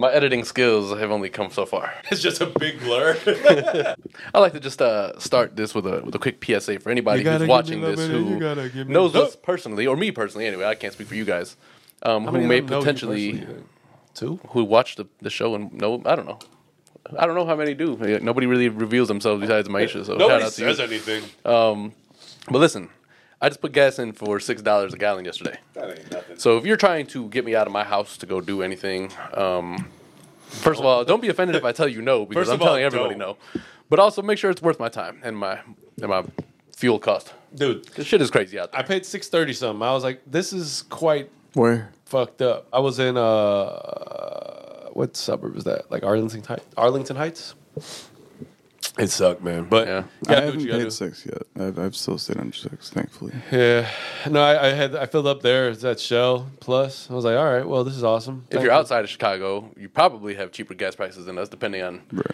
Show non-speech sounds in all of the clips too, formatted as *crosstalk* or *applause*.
My editing skills have only come so far. *laughs* It's just a big blur. I like to just uh, start this with a with a quick PSA for anybody who's watching this who knows us personally or me personally. Anyway, I can't speak for you guys. Um, who may potentially Two? who watch the, the show and know I don't know. I don't know how many do. Yeah, Nobody really reveals themselves besides Maisha. So shout Nobody out to you. Uh, says anything. But listen, I just put gas in for six dollars a gallon yesterday. that ain't nothing. So if you're trying to get me out of my house to go do anything, um, first of all, don't be offended if I tell you no because First i I'm of all, telling everybody don't. no. But also make sure it's worth my time and my and my fuel cost. Dude, This shit is crazy out there. I paid six thirty something. I was like, this is quite Where? fucked up. I was in uh, what suburb is that? Like Arlington Heights. Arlington Heights. It sucked, man. But Yeah. yeah, I do what haven't you gotta do. paid six yet. I've, I've still stayed under six, *laughs* thankfully. Yeah, no, I, I had I filled up there it's at Shell Plus. I was like, all right, well, this is awesome. if you're outside of Chicago, you probably have cheaper gas prices than us, depending on Right.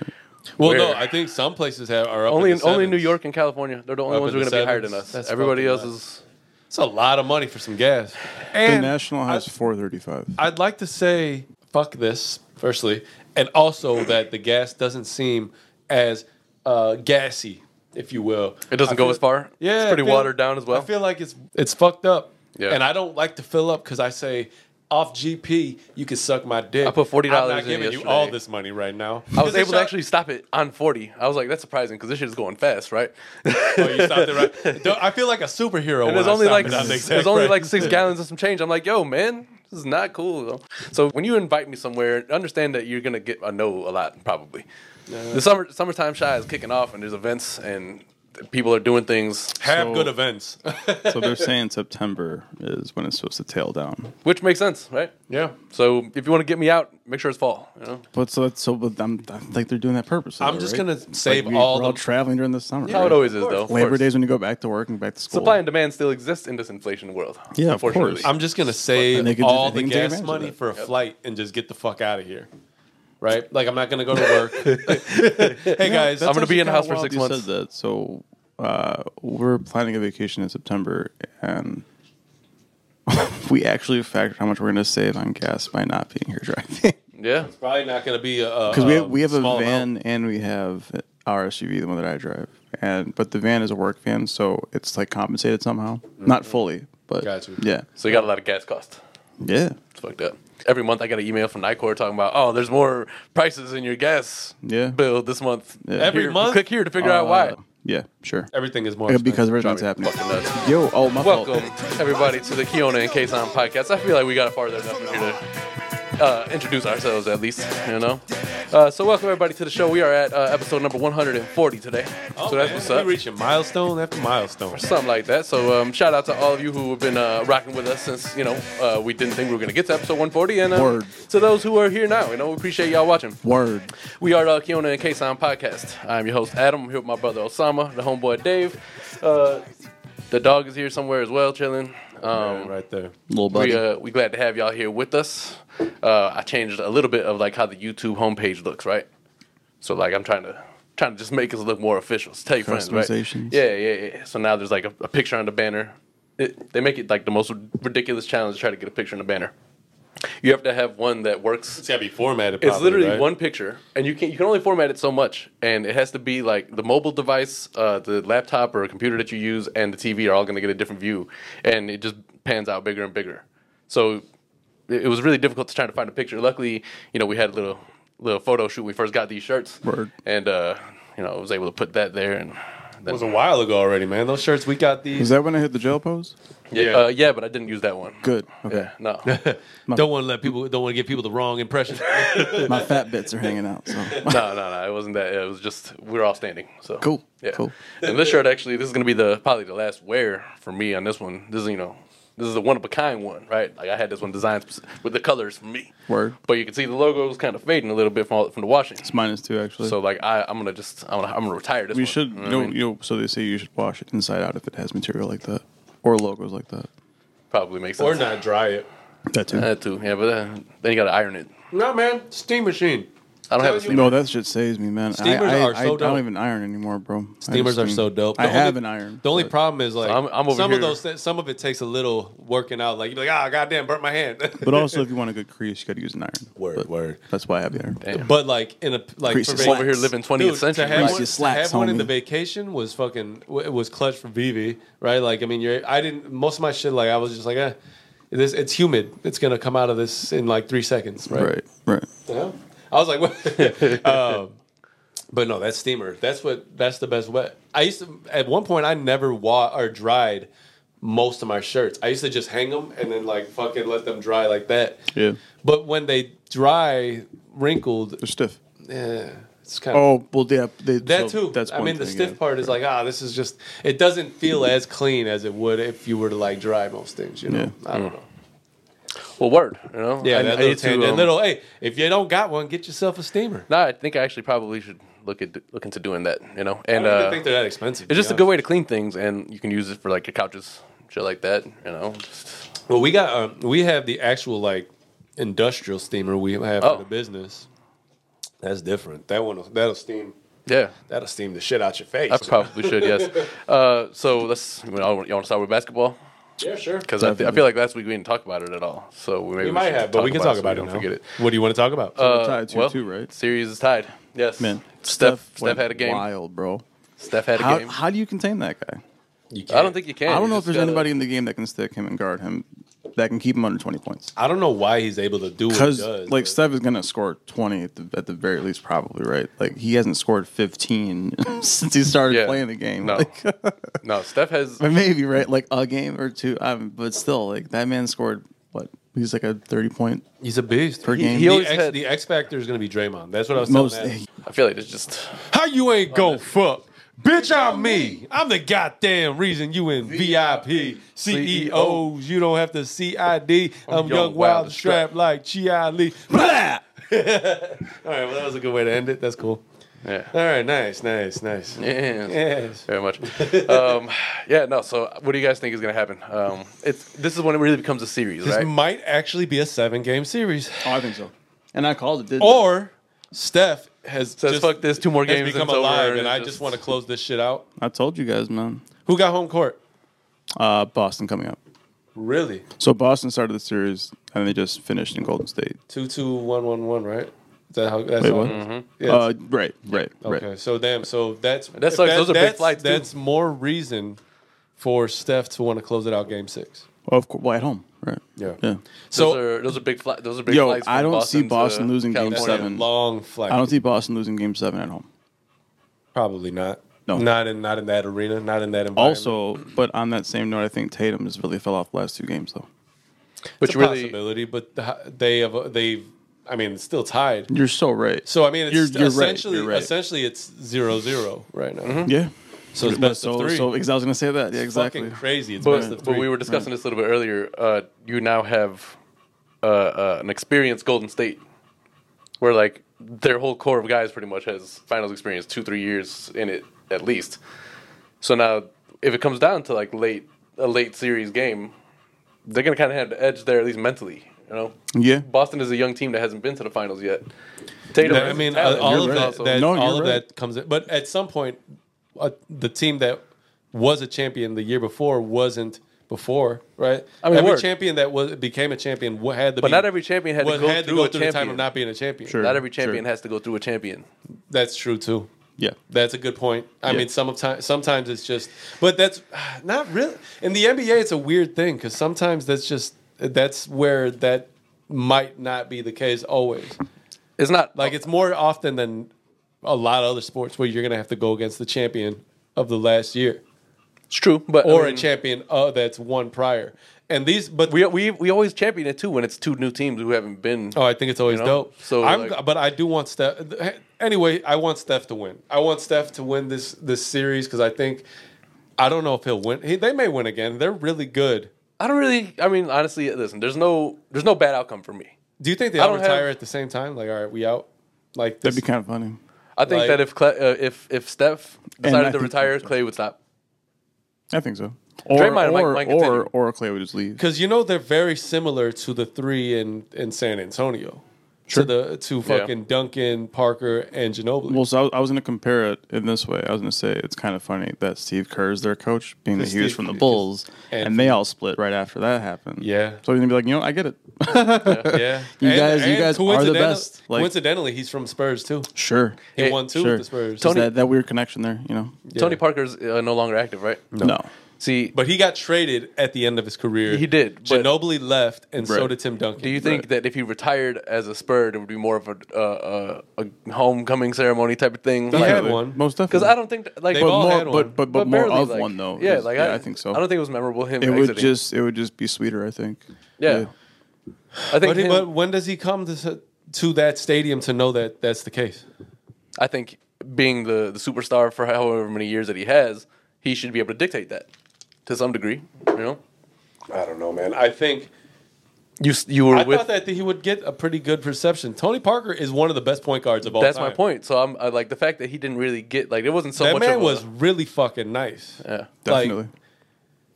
well, no, where- I think some places have are up only in in, the only New sevens. York and California. They're the only Up ones who in are going to be the higher sevens. than us. That's Everybody else fucking is. It's a lot of money for some gas. The And national I- high's *laughs* four thirty-five. I'd like to say fuck this, firstly, and also that the gas doesn't seem as uh, gassy, if you will. It doesn't I go feel- as far. Yeah, it's I pretty feel- watered down as well. I feel like it's it's fucked up. Yeah. and I don't like to fill up because I say. Off GP, you can suck my dick. I put $40 I'm not in giving you yesterday. all this money right now. I was They able to shot- actually stop it on 40. I was like, that's surprising because this shit is going fast, right? *laughs* Oh, you stopped it right. Don't- I feel like a superhero. And when there's I only stop like it on the exact there's only right. like *laughs* six gallons of some change. I'm like, yo, man, this is not cool. though. So when you invite me somewhere, understand that you're gonna get a no a lot probably. the summer summertime shy is kicking off, and there's events and people are doing things, have So- good events. so they're saying September is when it's supposed to tail down. which makes sense, right? yeah, So if you want to get me out, make sure it's fall. You know, But so that's so. But I'm, I think they're doing that purposely. I'm though, just right? gonna It's save we- all we're all the- traveling during the summer. how it right? always is though. of Labor course. Days when you go back to work and back to school. Supply and demand still exist in this inflation world. Yeah, of unfortunately. course. I'm just gonna And they save can all just- the they can take gas advantage of money that. for a flight and just get the fuck out of here. Right? Like I'm not gonna go to *laughs* work. *laughs* hey guys, I'm gonna be in the Kinda house for wild six you months. Said that. So uh, we're planning a vacation in September, and *laughs* we actually factored how much we're gonna save on gas by not being here driving. *laughs* Yeah, probably not gonna be Because Um, we have, we have a van and we have our SUV, the one that I drive, and but the van is a work van, so it's like compensated somehow, not fully, but Gotcha. yeah, so you Mm-hmm. got a lot of gas costs. yeah, It's fucked up. Every month I got an email from Nicor talking about, oh, there's more prices in your gas Yeah. bill this month. Yeah. Every Here, month? click here to figure out Uh, why. yeah, sure, Everything is more Yeah, expensive. because of what's happening. fucking nuts. Yo, oh my fault. Welcome everybody to the Kiona and Kaysan podcast. I feel like we got it farther enough here to uh, introduce ourselves at least, you know. Uh, so welcome everybody to the show. We are at uh, episode number 140 today. Oh, so that's man, what's up. We reaching milestone after milestone. something like that. So um, shout out to all of you who have been uh, rocking with us since you know uh, we didn't think we were gonna get to episode 140, and uh, Word. to those who are here now, you know we appreciate y'all watching. Word. We are the Kiona and Kason podcast. I'm your host Adam. I'm here with my brother Osama, the homeboy Dave. Uh, the dog is here somewhere as well, chilling. Um, right there. Little buddy. we uh, we glad to have y'all here with us. Uh, I changed a little bit of like how the YouTube homepage looks, right? So like I'm trying to trying to just make us look more official. Just tell your friends, right? Customizations. Yeah, yeah, yeah. So now there's like a, a picture on the banner. It, they make it like the most ridiculous challenge to try to get a picture on the banner. You have to have one that works It's gotta be formatted. it's properly, literally right? one picture, and you can you can only format it so much, and it has to be like the mobile device, uh, the laptop or computer that you use, and the TV are all going to get a different view, and it just pans out bigger and bigger. So it, it was really difficult to try to find a picture. Luckily, you know, we had a little little photo shoot. when We first got these shirts, Word. and uh, you know, I was able to put that there, and It then, was a while ago already, man. Those shirts we got Is these. that when I hit the *laughs* jail pose? yeah, uh, yeah, but I didn't use that one. Good. Okay. No, Don't want to let people. Don't want to give people the *laughs* wrong impression. My fat bits are hanging out. So *laughs* no, no, no. It wasn't that. It was just we were all standing. So Cool, Yeah. cool. And this shirt actually, this is gonna be the probably the last wear for me on this one. This is you know, this is the one of a kind one, right? Like I had this one designed spec- with the colors for me. Word. But you can see the logo is kind of fading a little bit from all, from the washing. it's minus two actually. So like I, I'm gonna just I'm gonna, I'm gonna retire this. we one, should you you know what I know, mean? you know. So they say you should wash it inside out if it has material like that or logos like that. probably make sense. or not dry it. That too. That too. Yeah, but uh, then you gotta iron it. No, man. Steam machine. I don't have a Tell you- steamer. No, that shit saves me, man. I, Steamers I, are so I, dope. don't even iron anymore, bro. I Steamers just are do. so dope. I The have only- an iron. The only but problem is like I'm- I'm over some here- of those. thi- Some of it takes a little working out. Like you're like, ah, goddamn, burnt my hand. *laughs* *laughs* But also, if you want a good crease, you got to use an iron. Word, But word. That's why I have the iron. Damn. But like in a like Crease for is vac- over here living 20th Dude, century. To have, Greasy one, to slacks, have one in homie. the vacation was fucking. It was clutch for Vivi, right? Like I mean, you're. I didn't. Most of my shit, like I was just like, eh, this. It's humid. It's gonna come out of this in like three seconds, right? Right, right. The hell? I was like, *laughs* what? um, but no, that's steamer. That's what. That's the best wet. I used to at one point I never wa- or dried most of my shirts. I used to just hang them and then like fucking let them dry like that. Yeah. But when they dry wrinkled, They're stiff. yeah, it's kind of Oh, well, yeah. They, that so too. That's I one mean, the thing, stiff yeah. part is like, ah, this is just. It doesn't feel as clean as it would if you were to like dry most things. You know, Yeah. Mm. I don't know. well, word. You know. Yeah, I, that I little, need to, tangent. um, little. Hey, if you don't got one, get yourself a steamer. No, I think I actually probably should look at look into doing that. You know, I and don't even uh, think they're that expensive. it's just a good way to clean things, and you can use it for like your couches, shit like that. You know, Just- Well, we got um, we have the actual like industrial steamer we have Oh. for the business. That's different. That one that'll steam yeah, that'll steam the shit out your face. I probably should. *laughs* Yes. Uh, so let's. You, know, you want to start with basketball? yeah, sure. Because I, th- I Definitely. feel like last week we didn't talk about it at all. So we, maybe We might should have, but we can talk about so it. we now. Don't forget it. What do you want to talk about? We're Uh, tied 2-2, well, right? Series is tied. Yes. Man, Steph. Steph, went had a game. Wild, bro. Steph had a How, game. how do you contain that guy? I You don't can't- think you can. I You don't know if just there's gotta- anybody in the game that can stick him and guard him that can keep him under 20 points. I don't know why he's able to do what he Because does. like but- Steph is gonna score twenty at the, at the very least, probably right. Like he hasn't scored fifteen *laughs* since he started Yeah. playing the game. No. Like, *laughs* No, Steph has. but maybe right, like a game or two. Um, but still, like that man scored what? He's like a thirty point he's a beast. per game. he the, always X, had- the X factor is going to be Draymond. That's what I was Most telling Adam. I feel like it's just. How you ain't go fuck? Bitch, I'm me. I'm the goddamn reason you in VIP. CEOs, you don't have to CID. E I'm, young, wild, and strapped like Chi Lee. Blah! *laughs* All right, well, that was a good way to end it. That's cool. Yeah. All right, nice, nice, nice. Yeah. Yes. Very much. um, *laughs* yeah, no. So, what do you guys think is going to happen? Um, it's this is when it really becomes a series, This right? might actually be a seven game series. *laughs* Oh, I think so. And I called it. Did Or Steph has Says, just "Fuck this, two more has games, become it's over," alive, and and it I just- just want to close this shit out. I told you guys, man. Who got home court? Uh, Boston coming up. Really? So Boston started the series and they just finished in Golden State. Two two one one one, right? Is that how that's Wait, how what? it is? Yeah, Uh, right, right, right. Okay, so damn, so that's Mm-hmm. That sucks. Those are big that's- flights, too. That's more reason for Steph to want to close it out game six. Of course, well, at home, right? Yeah. yeah. Those So are those are big fly, those are big Yo, flights. I from don't see to Boston losing game that's California. a seven. long flight. I don't see Boston losing Game Seven at home. Probably not. No. not in not in that arena, not in that environment. Also, but on that same note, I think Tatum has really fell off the last two games, though. But it's a you really, possibility, but the- they have they've. I mean, it's still tied. You're so right. So I mean, it's You're- you're right, essentially you're right. essentially it's zero zero right now. yeah. So it's But best Hmm? so, of three. so because I was gonna say that. Yeah, exactly. Fucking crazy. It's best of but, three. but we were discussing this a little bit earlier. Uh, you now have uh, uh, an experienced Golden State, where like their whole core of guys pretty much has finals experience, two three years in it at least. So now, if it comes down to like late a late series game, they're gonna kind of have the edge there at least mentally. You know, Yeah. Boston is a young team that hasn't been to the finals yet. Tatum, That- I is a mean, uh, talent. all of You're right. that, that all No, you're of right. that comes. In, but at some point, uh, the team that was a champion the year before wasn't before, right? I mean, every word. champion that was became a champion wa- had the. But not every champion had to go through a the time champion. of not being a champion. Sure. Not every champion Sure. has to go through a champion. That's true too. Yeah. That's a good point. I Yeah. mean, sometimes sometimes it's just, but that's *sighs* not really in the NBA. It's a weird thing because sometimes that's just that's where that might not be the case always. It's not Like it's more often than a lot of other sports where you're gonna have to go against the champion of the last year it's true, but I or mean- a champion uh, that's won prior. And these, but We, we we always champion it too when it's two new teams who haven't been. oh, I think it's always You know? dope. So, So, I'm, like- but I do want Steph. Anyway, I want Steph to win. I want Steph to win this this series because I think I don't know if he'll win. He, they may win again. They're really good. I don't really. I mean, honestly, listen. There's no there's no bad outcome for me. Do you think they I all don't have- retire at the same time? Like, all right, we out. Like this, That'd be kind of funny. I think Like- that if Cle- uh, if if Steph I decided to think- retire, Clay would stop. I think so. Or Draymond might- or, might continue. or or Clay would just leave. Because you know they're very similar to the three in, in San Antonio. to the to fucking Duncan, Parker, and Ginobili. Well, so I was, I was going to compare it in this way. I was going to say it's kind of funny that Steve Kerr is their coach, being that he was Steve- from the Bulls, and, they all split right after that happened. *laughs* Yeah. So you're going to be like, you know, I get it. yeah, You guys- you guys are the coincidental- best, like- coincidentally, he's from Spurs too. sure. He Hey, won two sure. with the Spurs, Just Tony- that, that weird connection there, you know? Tony Parker's uh, no longer active, right? No. See, but he got traded at the end of his career. He did, but- Ginobili left, and so Right. did Tim Duncan. do you think that if he retired as a Spur, it would be more of a, uh, a, a homecoming ceremony type of thing? He had Because Definitely. one. Most definitely. I don't think that- like They've all But more, had one. but, but, but more barely, of like- one, though. Yeah, is- like yeah, I, think so. I don't think it was memorable him. it would exiting. just it would just be sweeter, I think. Yeah. I think But, he- him- but when does he come to to that stadium to know that that's the case? I think being the, the superstar for however many years that he has, he should be able to dictate that to some degree. You know, I don't know, man. I I think you s- you were I with. thought that he would get a pretty good perception. Tony Parker is one of the best point guards of all that's time. my point. So I'm I, like the fact that he didn't really get like it wasn't so That much. man of a, was really fucking nice. yeah, Like, Definitely.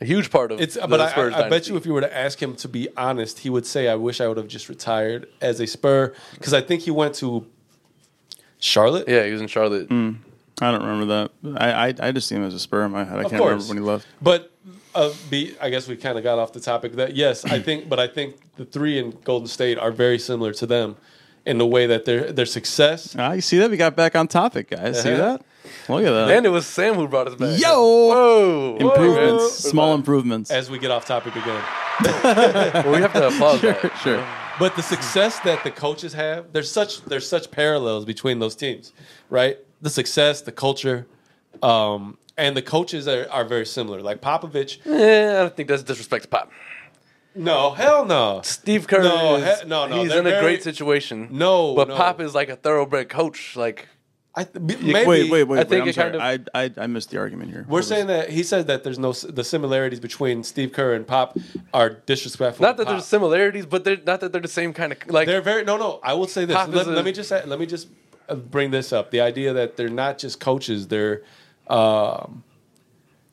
a huge part of It's the but I- Spurs I, I bet dynasty. you if you were to ask him to be honest, he would say, "I wish I would have just retired as a Spur," because I think he went to Charlotte. yeah, he was in Charlotte. Mm. I don't remember that. I, I I just see him as a spur in my head. I Of can't course. remember when he left. But uh, be, I guess we kind of got off the topic. That yes, I think, but I think the three in Golden State are very similar to them in the way that their their success. Ah, you see that? We got back on topic, guys. See Uh-huh. that? Look at that. And it was Sam who brought us back. Yo! whoa, improvements. Whoa. Small improvements. As we get off topic again, Well, we have to applaud *laughs* that. *laughs* sure. but Hmm. the success that the coaches have, there's such there's such parallels between those teams, right? The success, the culture, um, and the coaches are, are very similar. Like Popovich, Eh, I don't think that's disrespect to Pop. no, hell no. Steve Kerr. No, is- he- no, no, He's they're in a very- great situation. No, but no. Pop is like a thoroughbred coach. Like I th- b- maybe, wait, wait, wait. I I think am it sorry. kind I, I I missed the argument here. We're saying that he said that there's no s- the similarities between Steve Kerr and Pop are disrespectful. not to that there's Pop. similarities, but they're not that they're the same kind of like. they're very no no. I will say this. Pop is Let, a- let me just say- let me just uh, bring this up. The idea that they're not just coaches. They're um,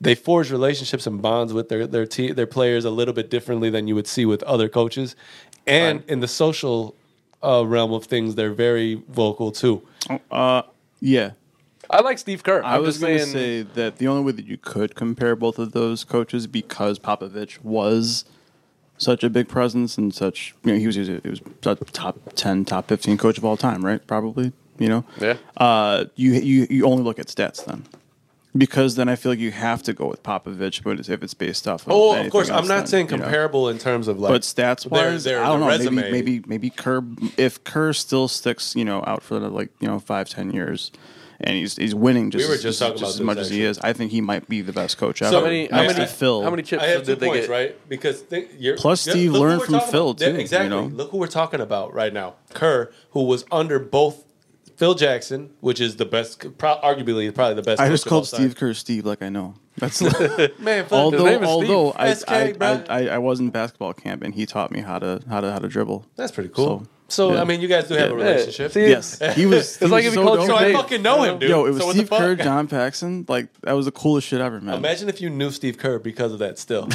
they forge relationships and bonds with their their te- their players a little bit differently than you would see with other coaches, and in the social uh, realm of things, they're very vocal too. Uh, yeah. I like Steve Kerr. i I'm was just going to saying- say that the only way that you could compare both of those coaches because Popovich was such a big presence and such you know he was he was, he was a top 10 top 15 coach of all time right probably you know Yeah. uh you you you only look at stats then because then I feel like you have to go with Popovich but if it's based off of Oh, of anything course, I'm else not then, saying you know. comparable in terms of like But stats wise, their- I don't know. their resume. Maybe, maybe maybe Kerr if Kerr still sticks, you know, out for the, like you know five ten years, and he's he's winning just We were as- just just, talking about as this, much as he actually. is. I think he might be the best coach So ever. many- how next many- to Phil. how many chips I have two did they points, get? right? Because th- you're, Plus, yeah, Steve look who learned we're from talking Phil, about. too, Yeah, you Exactly. know? Look who we're talking about right now. Kerr, who was under both Phil Jackson, which is the best, pro- arguably probably the best. I coach just of all called time. Steve Kerr Steve, like I *laughs* know. That's *laughs* man, fuck, his name although is although Steve. I, SK, I, bro. I, I I was in basketball camp and he taught me how to how to how to dribble. That's pretty cool. So, So, yeah. I mean, you guys do have a Yeah. relationship. See, *laughs* Yes, he was. he It's like was if you so called dope. so I Dave- fucking know him, dude. Yo, it was so what the Steve Kerr, fuck? John Paxson. Like that was the coolest shit ever, man. Imagine if you knew Steve Kerr because of that. *laughs* Still,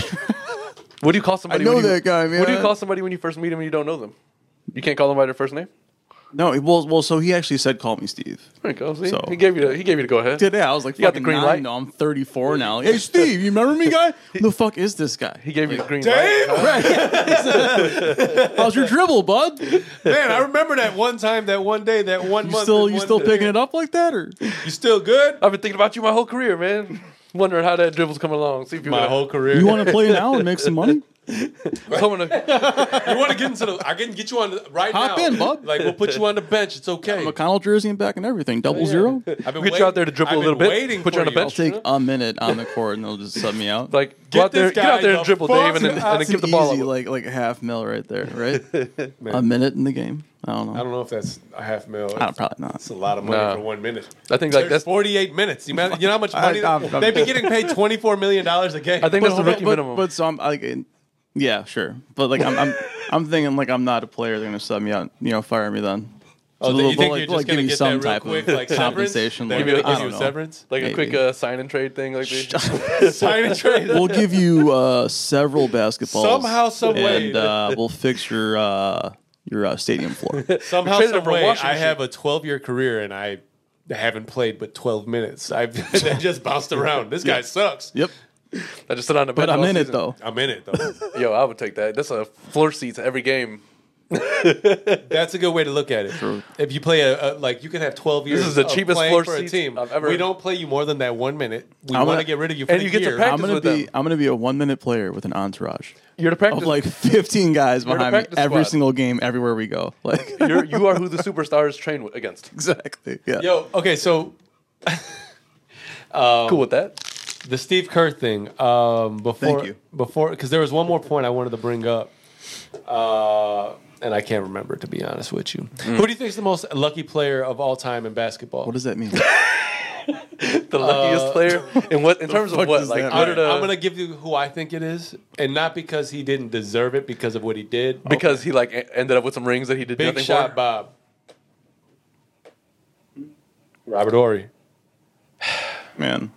What do you call somebody? I know when you- that guy, man. What do you call somebody when you first meet him and you don't know them? You can't call them by their first name. No, well, well, so he actually said, "Call me Steve." There you go. See, So- he gave you. The, he gave you the go ahead. did that. I was like, You got the fucking green nine, light? No, I'm 34 now. Hey, Steve, you remember me, guy? *laughs* Who the fuck is this guy? He gave you the green light. *laughs* How's your dribble, bud? You *laughs* man, I remember that one time, that one day, that one month. still, that you one still day. picking it up like that, or You still good? I've been thinking about you my whole career, man. *laughs* Wondering how that dribble's coming along. See if you My wanna- whole career. you want to play now and make some money? I wanna- *laughs* You want to get into the? I can get you on the right Hop now. in, bub. Like we'll put you on the bench. It's okay. McConnell jersey and back and everything, double zero. I've been Get you wait- out there to dribble I've a little been bit, waiting put you for on a I'll bench. take a minute on the court and they'll just sub me out. like Get go out there, this get out there guy and the dribble, Dave, and, fuck then and then That's give the an ball. easy, up. like like half mil right there, right? a minute in the game. I don't know. I I don't, don't know if that's a half mil. It's, probably not. it's a lot of money Nah. for one minute. I think like There's that's. 48 minutes. You, man, you know *laughs* how much money I- I'm- I'm- they'd be getting paid 24 million dollars a game. I think that's the But- rookie but, minimum. But so I'm like, in- yeah, sure. But like I'm, I'm, I'm thinking like I'm not a player. They're gonna sub me out, you know, fire me then. Oh, So you they'll- think they'll, you're they'll, just gonna give me get some that real type quick, of like compensation? They're Like, gonna I give you don't a know. severance. *laughs* like a maybe. quick uh, sign and trade thing, *laughs* like the, Sign and trade. We'll give you uh, several basketballs Somehow, some way. and uh, we'll fix your uh, your uh, *laughs* stadium floor. Somehow, traded him some for a way, washing I machine. have a 12 year career and I haven't played but 12 minutes. I've *laughs* I just bounced around. This guy sucks. yep, I just sit on the bench. but I'm all in it season. though. I'm in it though. Yo, I would take that. That's a floor seats every game. That's a good way to look at it. If you play a, a like, you can have 12 years. is the of cheapest playing floor for a seats team. I've ever- We don't play you more than that one minute. We I'm want gonna- to get rid of you. For and the you get to year. practice I'm gonna with be them. I'm gonna be a one minute player with an entourage You're the practice. of like 15 guys the behind me practice every squad. single game, everywhere we go. *laughs* Like *laughs* You're, you are who the superstars train with, *laughs* against. *laughs* exactly. Yeah. Yo, okay, so cool with that. the Steve Kerr thing. Um, before, you. before, because there was one more point I wanted to bring up, uh, and I can't remember to be honest with you. Mm. Who do you think is the most lucky player of all time in basketball? What does that *laughs* mean? The luckiest player *laughs* in what in terms of fuck what does like that what All are right, the I'm gonna give you who I think it is, and not because he didn't deserve it, because of what he did. because he like e- ended up with some rings that he did big nothing shot, for. Bob. Robert Ory. Man,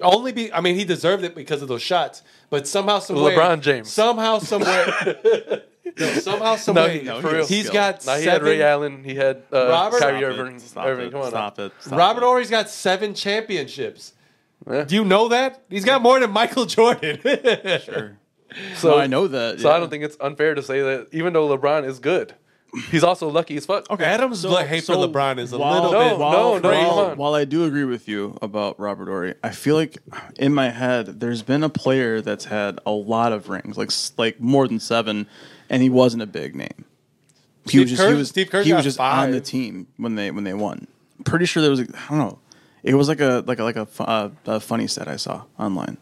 Only be, I mean, he deserved it because of those shots, but somehow, some way- LeBron James. somehow, somewhere, no, somehow, No, somewhere, he, No, for he real. is he's skilled. got Now he had seven. Ray Allen. He had uh, Robert- Kyrie Stop Irving. it, stop Irving, it, come on. stop now. it. stop Robert it. Ory's got seven championships. Yeah. Do you know that he's got more than Michael Jordan? *laughs* So No, I know that. So yeah. I don't think it's unfair to say that even though LeBron is good, he's also lucky as fuck. Okay. Adam's like hate for LeBron is a little No, bit no, no, crazy. come While, on. while I do agree with you about Robert Ory, I feel like in my head there's been a player that's had a lot of rings, like s- like more than seven, and he wasn't a big name. He Steve was just Kerr- he was Steve Kerr he got was just on the five. team when they when they won. Pretty sure there was a, I don't know. It was like a like a like a, fu- uh, a funny set I saw online.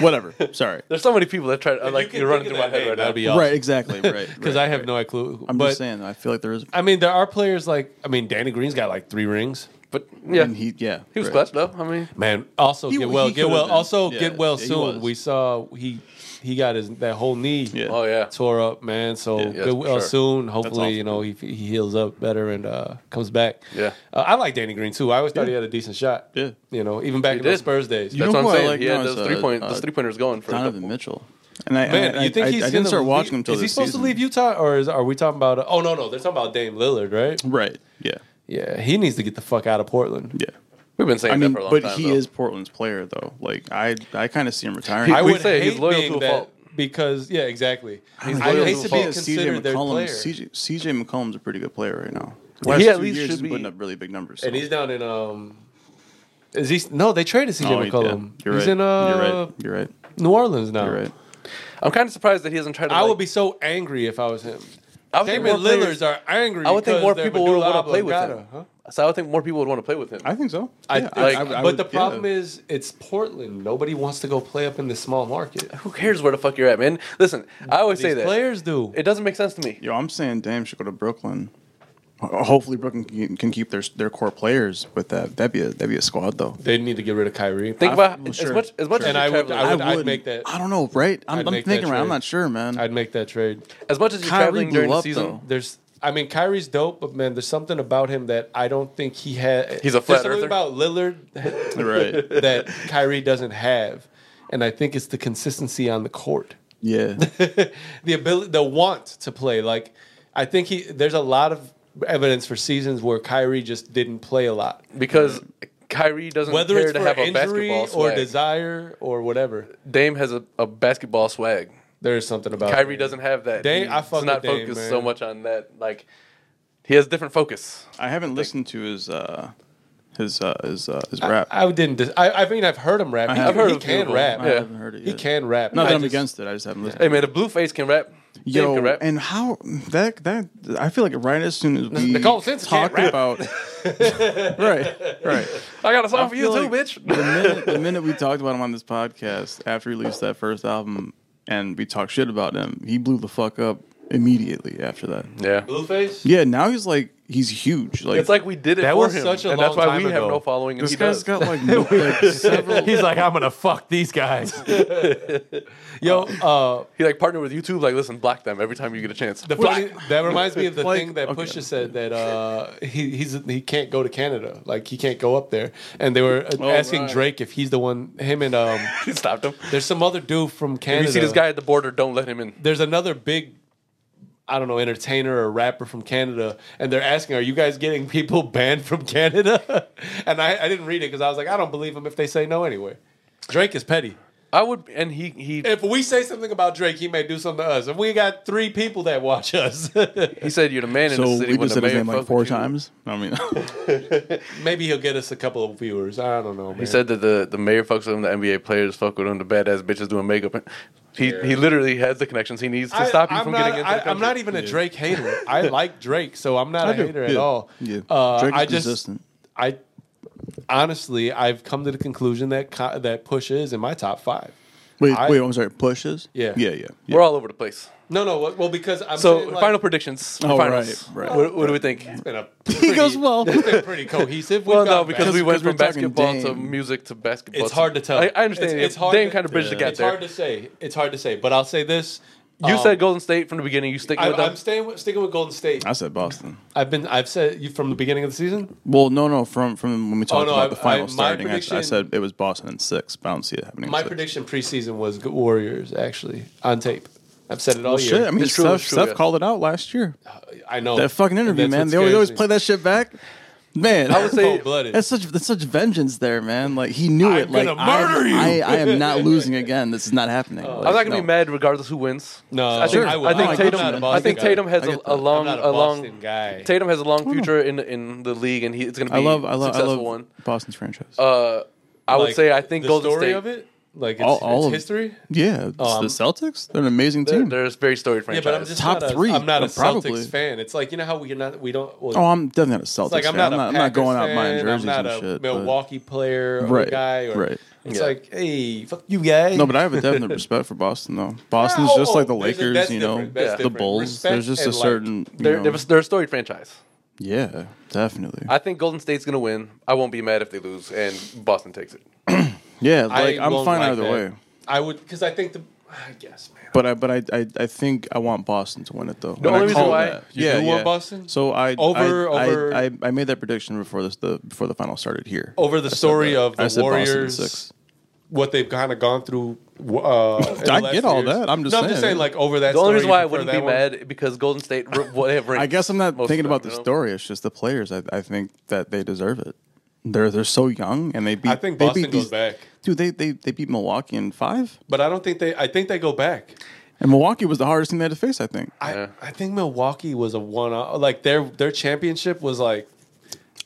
Whatever. Sorry. There's so many people that try to If like can you're running think through of my head that name, right now. that'd be awesome. Right. Exactly. Right. because I have no clue. I'm but, just saying. though, I feel like there is. I mean, there are players like I mean, Danny Green's got like three rings. But yeah, and he, he yeah. was right. clutch though. I mean, Man, also He- get well, he get could've well. been. Also Yeah, get well yeah, he soon. was. We saw he he got his that whole knee Yeah. oh yeah, tore up, man. So yeah, get for well sure. soon. Hopefully, awful. you know he he heals up better and uh, comes back. Yeah. uh, I like Danny Green too. I always thought he had a decent shot. Yeah. you know, even back in the did. Spurs days. You that's what know who I'm I saying. like yeah, now those is, uh, three point, uh, those three pointers going for a Donovan couple. Mitchell. And I, Man, I, you think I, he's I didn't gonna start leave- watching him until Is he this supposed season. to leave Utah, or is, are we talking about? oh no, no, they're talking about Dame Lillard, right? Right. Yeah. Yeah, he needs to get the fuck out of Portland. Yeah. We've been saying I mean, that for a long but time. he though. is Portland's player, though. Like I, I kind of see him retiring. I I *laughs* We would say hate he's loyal being to a that fault. because yeah, exactly. He's I loyal hate to to a be fault. considered their player, CJ, CJ McCollum's a pretty good player right now. He Last at two least years, should he's putting be- up really big numbers. and so. he's down in um. Is he? No, they traded CJ Oh, he- yeah, McCollum. You're he's right. in uh, you're right. You're right. New Orleans now. You're right. I'm kind of surprised that he hasn't tried to. I like- would be so angry if I was him. I would think Damian more players- Lillard's are angry. I would think because more they're people would want Medulla to play with him. Oblongata, huh? So I would think more people would want to play with him. I think so. I, Yeah, like, I- I but would- the yeah. problem is, it's Portland. Nobody wants to go play up in the small market. Who cares where the fuck you're at, man? Listen, I always say These that players do. it doesn't make sense to me. Yo, I'm saying Dame should go to Brooklyn. Ho- Hopefully, Brooklyn can, can keep their their core players with that. That'd be a that'd be a squad though. they need to get rid of Kyrie. Think I- about well, as sure, much as much sure. as And you're I would- traveling- I would- I'd wouldn't. make that- I don't know, right? I'm, I'd I'm make that thinking around. I'm trade. not sure, *laughs* man. I'd make that trade. as much as you're Kyrie traveling during blew the up, season. though. There's, I mean, Kyrie's dope, but man, there's something about him that I don't think he had. He's a There's flat something earther. about Lillard *laughs* right. that Kyrie doesn't have, and I think it's the consistency on the court, *laughs* Yeah. the ability, the want to play. Like, I think he. There's a lot of evidence for seasons where Kyrie just didn't play a lot, because Kyrie doesn't whether care it's to for have a injury basketball or swag. desire or whatever. Dame has a, a basketball swag. There is something about Kyrie Dame. doesn't have that. Dame- He's I fuck not with Dame, focused man. so much on that. Like he has different focus. I haven't listened to his uh, his uh, his uh, his rap. I, I didn't. Dis- I, I mean, I've heard him rap. He, have. I've I've heard heard he of can people. rap. I Yeah. haven't heard it yet. He can rap. Not that I I'm just- against it. I just haven't listened. Hey man, the blue face can rap. Dame Yo, can rap. and how that that I feel like right as soon as we Nicole Simpson can't *laughs* talked about *laughs* right, right. I got a song for you feel too, like The bitch. minute, the minute we talked about him on this podcast after he released that first album, and we talked shit about him, he blew the fuck up immediately after that. Yeah. Blueface. Yeah, now he's like he's huge. Like It's like we did it That for was him, such a and long that's why we time have ago. no following. And this he guy's does. got *laughs* like, no- like several. He's like, I'm gonna fuck these guys. *laughs* Yo, uh, he like partnered with YouTube. Like, listen, block them every time you get a chance. the funny, that reminds me of the Like, thing that okay. Pusha said that uh, he he's he can't go to Canada, like he can't go up there. And they were uh, asking right. Drake if he's the one. Him and um, *laughs* he *laughs* stopped him. there's some other dude from Canada. If you see this guy at the border, don't let him in. There's another big I don't know, entertainer or rapper from Canada, and they're asking, "Are you guys getting people *laughs* banned from Canada?" *laughs* and I, I didn't read it because I was like, I don't believe them if they say no anyway. Drake is petty. I would, and he he If we say something about Drake, he may do something to us. If we got three people that watch us, *laughs* he said you're the man in the So city. we when just the said his mayor name like fuck four with you. times. I mean, *laughs* maybe he'll get us a couple of viewers. I don't know. Man. He said that the, the mayor fucks with him, the NBA players fuck with him, the badass bitches doing makeup. He he literally has the connections he needs to stop you I'm from not, getting into I, the country. am not even a Drake *laughs* hater. I like Drake, so I'm not a I do. hater at Yeah. all. Yeah. Uh, Drake is I just, consistent. I honestly, I've come to the conclusion that co- that Push is in my top five. wait, I- wait. I'm sorry. Pushes. Yeah. Yeah. Yeah. yeah. We're all over the place. No, no. Well, because I'm So saying, like, final predictions. Oh, finals. right, right. What, what do we think? it's *laughs* been a pretty, *laughs* goes well. It's been pretty cohesive. We've Well, no, gotten because back- we went 'cause we're from basketball talking to Dame. music to basketball. it's hard to tell. I, I understand. It's, it's hard. Dame to- kind of bridged the gap It's there. hard to say. It's hard to say, but I'll say this. you um, said Golden State from the beginning. You stick I, with them. I'm staying with, sticking with Golden State. I said Boston. I've been. I've said you from the beginning of the season. Well, no, no. From from when we talked Oh, no, about I- the I- final my starting, I, I prediction- said it was Boston in six. But I don't see it happening. in My six. prediction preseason was G- Warriors actually on tape. I've said it all Well, year. Oh, shit. I mean, It's true, Steph, it's true, Steph yeah. called it out last year. I know That fucking interview, That's man. what They always, scares they always me. play that shit back. Man, I would *laughs* say- Cold-blooded. that's such that's such vengeance there, man. Like he knew I'm it. Like gonna I- murder you. Uh, I, I *laughs* am not losing again. This is not happening. Like, I'm not gonna no. be mad regardless who wins. No, I think Sure. I would- I think I would. I'm not Tatum. a I think Boston guy. Tatum has I a, get that. a long, I'm not a, a long. Boston guy. Tatum has a long future in in the league, and he, it's gonna be I love I a love I successful love one. Boston's franchise. Uh, I would Like, say I think the Golden story State. of it, like it's, All- all it's of- history. yeah, it's um, the Celtics. They're an amazing They're, team. they're a very storied Yeah, franchise. but I'm just Top not three, A, I'm not a uh, probably. Celtics fan. It's like you know how we're not we don't. Well, oh, I'm definitely not a Celtics it's like I'm fan. not, I'm not, a I'm Packers not going out fan, buying jerseys I'm not and a shit. but- Milwaukee player or Right, guy. Or, right. It's Yeah. like hey, fuck you guys. No, but I have a definite respect for *laughs* Boston though. Boston's Oh, just like the oh, there's a- Lakers, that's you know, different. That's the different. Bulls. Respect there's just a and, like, certain you they're, know- they're, they're a storied franchise. yeah, definitely. I think Golden State's gonna win. I won't be mad if they lose, and Boston takes it. yeah, like I I'm won't fine like either that. way. I would because I think the I guess man. But I, but I, I, I think I want Boston to win it though. The only reason why- You do want Boston? So I Over- I, I- over- I, I made that prediction before this the before the final started here. Over the story of I the said Boston in Warriors, six. what they've kind of gone through. Uh, in the *laughs* I last get all years. that. I'm just no, I'm just saying. saying like over that. The only reason why I you prefer wouldn't that be one? mad because Golden State r- what have rings. *laughs* I guess I'm not most of thinking them, about the you know? story. It's just the players. I, I think that they deserve it. They're they're so young and they beat. I think they Boston beat goes these- back. Dude, they, they they beat Milwaukee in five, But I don't think they. I think they go back. and Milwaukee was the hardest thing they had to face. I think. I, I, Yeah. I think Milwaukee was a one. uh, Like their their championship was like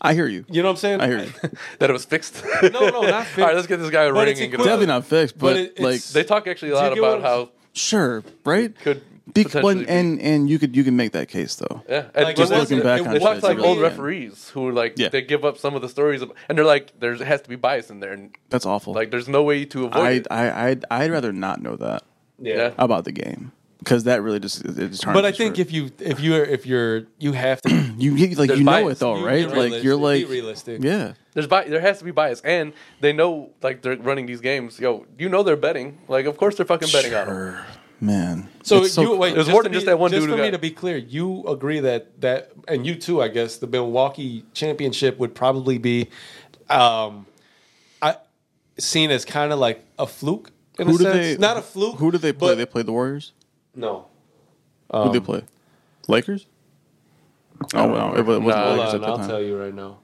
hear you. you know what I'm saying. I hear you. That it was *laughs* fixed. No, no, All not right, let's get this guy a But ring it's and get him out. equivalent- Definitely not fixed, But but, it- like it's- They talk actually a Do you lot get about what I'm how sure, right? could Be- potentially but- and and you could you can make that case though. yeah, and Like, just it looking wasn't- back, it it wasn't talks like really- old referees who are like Yeah. they give up some of the stories, of, and they're like there has to be bias in there, and That's awful. like there's no way to avoid. I it. I I'd, I'd rather not know that Yeah. about the game because that really just it it just But I think if you if you're if you're you have *clears throat* to you get- like There's you know bias. it though, You- right? you're Like you're realistic. Be like realistic. Yeah, There's bi- there has to be bias, and they know like they're running these games. Yo, you know they're betting. Like, of course they're fucking betting on them. Sure. man. So, It's you wait. It was just more to than be- just that one Just dude for who me got- to be clear, you agree that that and you too, I guess, the Milwaukee championship would probably be, um, I seen as kind of like a fluke in a Who do sense. they- Not a fluke. Who do they play? but- Um, they play the Warriors. no. Who do they play? Lakers. Oh no, it Nah. wasn't Lakers Hold at on, the I'll time. tell you right now.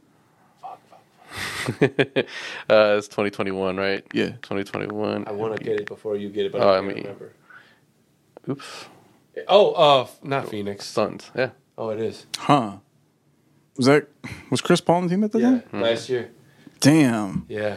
*laughs* uh, it's 2021, right? Yeah. 2021. I want to get it before you get it, but Oh, I I can't mean- remember. Oops, Oh, uh, f- not Phoenix. Suns. Yeah, Oh, it is. Huh? Was that was Chris Paul on the team at the Yeah, time? last year. Damn, Yeah,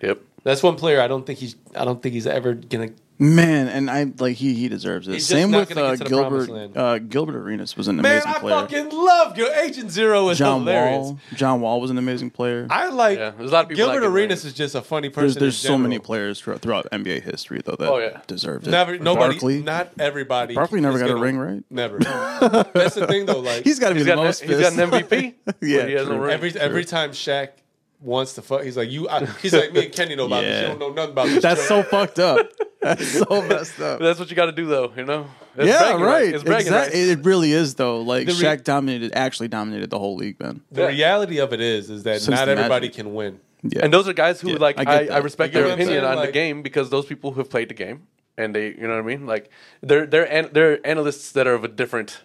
yep. that's one player. I don't think he's. I don't think he's ever gonna. man, and I like he he deserves it. He's just Same not with gonna get uh, to the promised Gilbert land. uh, Gilbert Arenas was an Man, amazing I player. fucking love your Agent *laughs* Zero is John hilarious. Wall, John Wall was an amazing player. I like. Yeah, there's a lot of people Gilbert like him, Arenas right? is just a funny person. there's in there's so general. many players throughout, throughout NBA history though that Oh, yeah. deserved it. Never, nobody, Barkley, not everybody. Barkley never is got a gonna- ring, right? *laughs* Never. That's the thing, though. Like He's got to be He's the got, an, most. he's got pissed. an MVP. but Yeah, he has no true. ring. every every time Shaq wants to fuck, he's like you. I, he's like me and Kenny know about this. Yeah. You don't know nothing about this. *laughs* That's *laughs* Joe." so fucked up. That's so messed up. But that's what you got to do, though. You know. It's yeah, bragging right. It's bragging Exact- rights. It really is though. Like The re- Shaq dominated, actually dominated the whole league. Then The Yeah. reality of it is, is that Since not the everybody Magic. can win. yeah, And those are guys who Yeah, like I I, get I, that. respect I get their that. opinion on the Like- game because those people who have played the game. and they, you know what I mean? Like they're they're an, they're analysts that are of a different.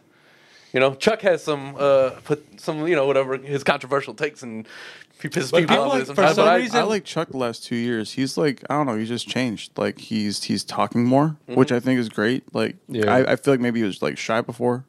You know, Chuck has some uh, put some you know whatever his controversial takes and he pisses people people off with like- for it sometimes. some but I- reason- I like Chuck the last two years. He's like I don't know. He just changed. Like he's he's talking more, which I think is great. Like Mm-hmm. Yeah. I, I feel like maybe he was like shy before,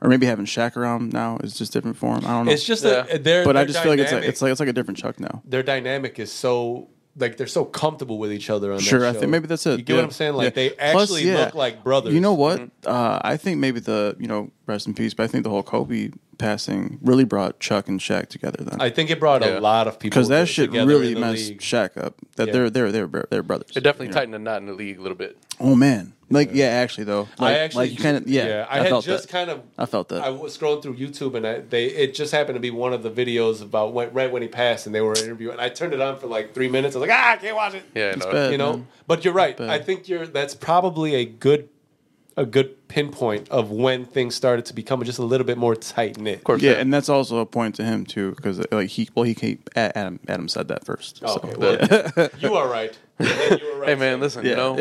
or maybe having Shaq around now is just different for him. I don't know. It's just Yeah. that they're. but I they're just feel like it's like dynamic. it's like it's like a different Chuck now. their dynamic is so like they're so comfortable with each other on Sure, that I show. think maybe that's it. You get what Yeah. I'm saying? Like Yeah. they Plus, actually yeah, look like brothers. Mm-hmm. You know what? Uh, I think maybe the you know rest in peace, but I think the whole Kobe passing really brought Chuck and Shaq together then. I think it brought Yeah. a lot of people because that to- shit together really in the messed league. Shaq up. That Yeah. they're they're they're br- they're brothers. it definitely tightened a knot in the league a little bit. Oh man, like yeah, actually though, like, I actually like you kind of yeah, I, had felt just that. kind of I felt that. I was scrolling through YouTube and I, they it just happened to be one of the videos about when, right when he passed and they were interviewing. And I turned it on for like three minutes. I was like, ah, I can't watch it. Yeah, It's no, bad. you know. man. But you're right. But- I think you're. That's probably a good. A good pinpoint of when things started to become just a little bit more tight knit. course. yeah, and that's also a point to him too, because like he well he came, A- Adam Adam said that first. so. Oh, Okay, well, you are right. *laughs* You are right. Hey man, listen, you know,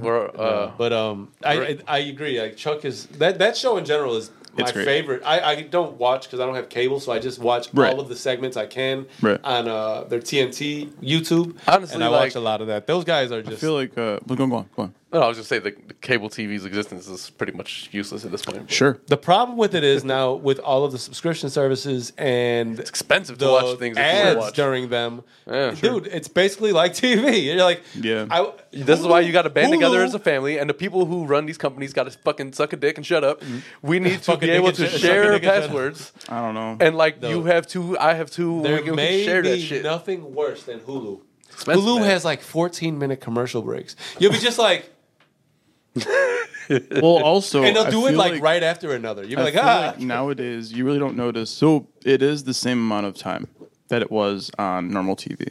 we're uh, But um, I, I I agree. Like Chuck is that that show in general is my It's great. favorite. I, I don't watch because I don't have cable, so I just watch Right. all of the segments I can Right. on uh, their TNT YouTube. Honestly, and I like- watch a lot of that. Those guys are I just feel like uh, well, go on, go on, go on. no, I was just say the, the cable TV's existence is pretty much useless at this point. Sure. the problem with it is now with all of the subscription services and It's expensive to the watch things that you ads wanna watch. during them. Yeah, sure. Dude, it's basically like TV. *laughs* You're like, Yeah. I, This is why you got to band Hulu- together as a family, and the people who run these companies got to fucking suck a dick and shut up. We need to Fuck a be dick able and to shut- suck a share dick and shut up. passwords. I don't know. And like No. you have two, I have two. We There can, we can may share be that shit. nothing worse than Hulu. expensive, Hulu man. has like 14 minute commercial breaks. You'll be just *laughs* like, well, also, and they'll I do it feel like, right after another. You'll be I like, feel ah, like nowadays you really don't notice. So it is the same amount of time that it was on normal TV.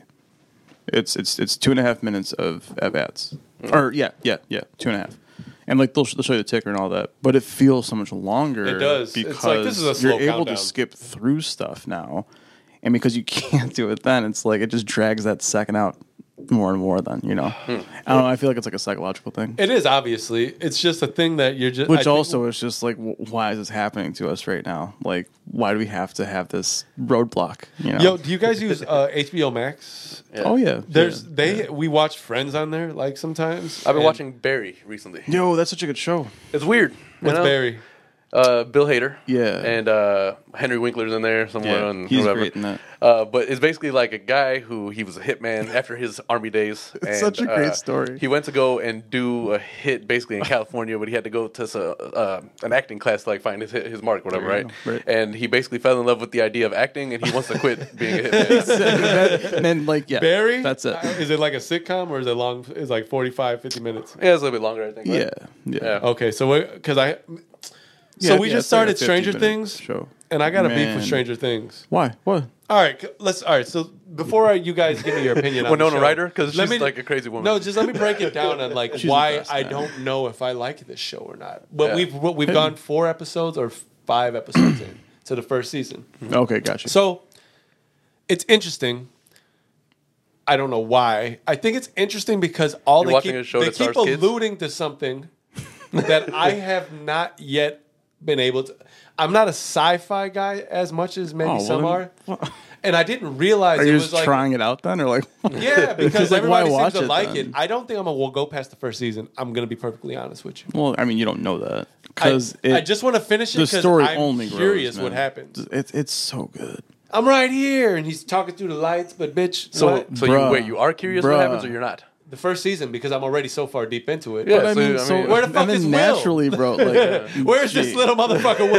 It's it's it's two and a half minutes of of ads, Mm. or yeah, yeah, yeah, two and a half. And like they'll, sh- they'll show you the ticker and all that, but it feels so much longer. It does. It's because like, this is a slow you're able countdown. to skip through stuff now, and because you *laughs* can't do it then, it's like it just drags that second out more and more. Then you know, Hmm. I don't know. I feel like it's like a psychological thing. it is obviously. It's just a thing that you're just. I Which think- also is just like, wh- why is this happening to us right now? Like, why do we have to have this roadblock? You know? Yo, do you guys use uh, HBO Max? oh yeah, There's Yeah. they we watch Friends on there like sometimes. I've been and watching Barry recently. Yo, that's such a good show. It's weird. you What's know? Barry. Uh, Bill Hader. Yeah. And uh, Henry Winkler's in there somewhere. Yeah, and he's whoever. great in that. Uh, but it's basically like a guy who he was a hitman after his army *laughs* days. and, such a great uh, story. He went to go and do a hit basically *laughs* in California, but he had to go to s- uh, an acting class to like find his his mark, whatever, right? go. Right. And he basically fell in love with the idea of acting, and he wants to *laughs* quit being a hitman. and then like, yeah, Barry. That's it. Uh, Is it like a sitcom or is it long? Is like 45, 50 minutes. Yeah, it's a little bit longer, I think. but- yeah, yeah. Yeah. Okay, so because I, so Yeah, we yeah, just it's like a started Stranger 15 minute Things, Show. and I got a beef Man. with Stranger Things. Why? What? All right, c- let's. All right, so before I, you guys give me your opinion, on the Winona show, Ryder? 'Cause let she's like a crazy woman. No, just let me break it down *laughs* on like She's the why best, I man. don't know if I like this show or not. But Yeah. we've what, we've gone four episodes or five episodes in to the first season, Okay, gotcha. Mm-hmm. so it's interesting. I don't know why. I think it's interesting because all You're they watching keep a show they that keep stars kids? alluding to something *laughs* that I have not yet been able to. I'm not a sci-fi guy as much as maybe Oh, well, some then- are, and I didn't realize are it you was just like trying it out then, or like? *laughs* *laughs* yeah, because like, why everybody seems watch to it like then? it. I don't think I'm gonna will go past the first season. I'm gonna be perfectly honest with you. well, I mean, you don't know that I, because I just want to finish it the because story I'm only curious grows, man. what happens. It's it's so good. I'm right here, and he's talking through the lights, but bitch, So, what? so you, Bruh. wait, you are curious what Bruh. happens, or you're not? the first season because I'm already so far deep into it. Yeah. But I so, mean, I so, mean- Where the fuck and then is Will? naturally, bro? Like, *laughs* Where's this Gee. little motherfucker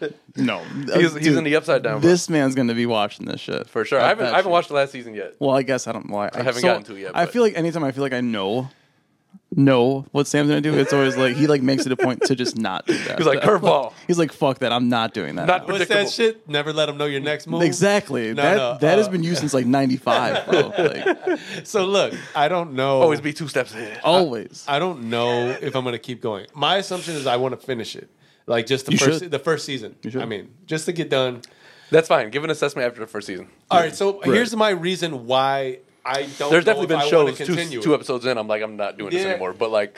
*laughs* Will? no, He's, he's in the upside down. bro. This man's gonna be watching this shit for sure. I haven't, I haven't watched the last season yet. Well, I guess I don't. Well, I, haven't so gotten to it yet, I but- feel like anytime I feel like I know, know what Sam's gonna do, it's always like he like makes it a point to just not do *laughs* that. He's like, curveball. *laughs* He's like, fuck that. I'm not doing that. Not now." What's that shit? Never let him know your next move. *laughs* exactly. No, that no, that has uh, been used since like '95, bro. *laughs* Like So look, I don't know. Always be two steps ahead. always. I don't know if I'm gonna keep going. My assumption is I want to finish it, like just the You first should. the first season. should. I mean, just to get done. That's fine. Give an assessment after the first season. All right. So here's my reason why I don't. There's know definitely if been I wanna shows continue two, it. two episodes in. I'm like, I'm not doing this Yeah. anymore. But like,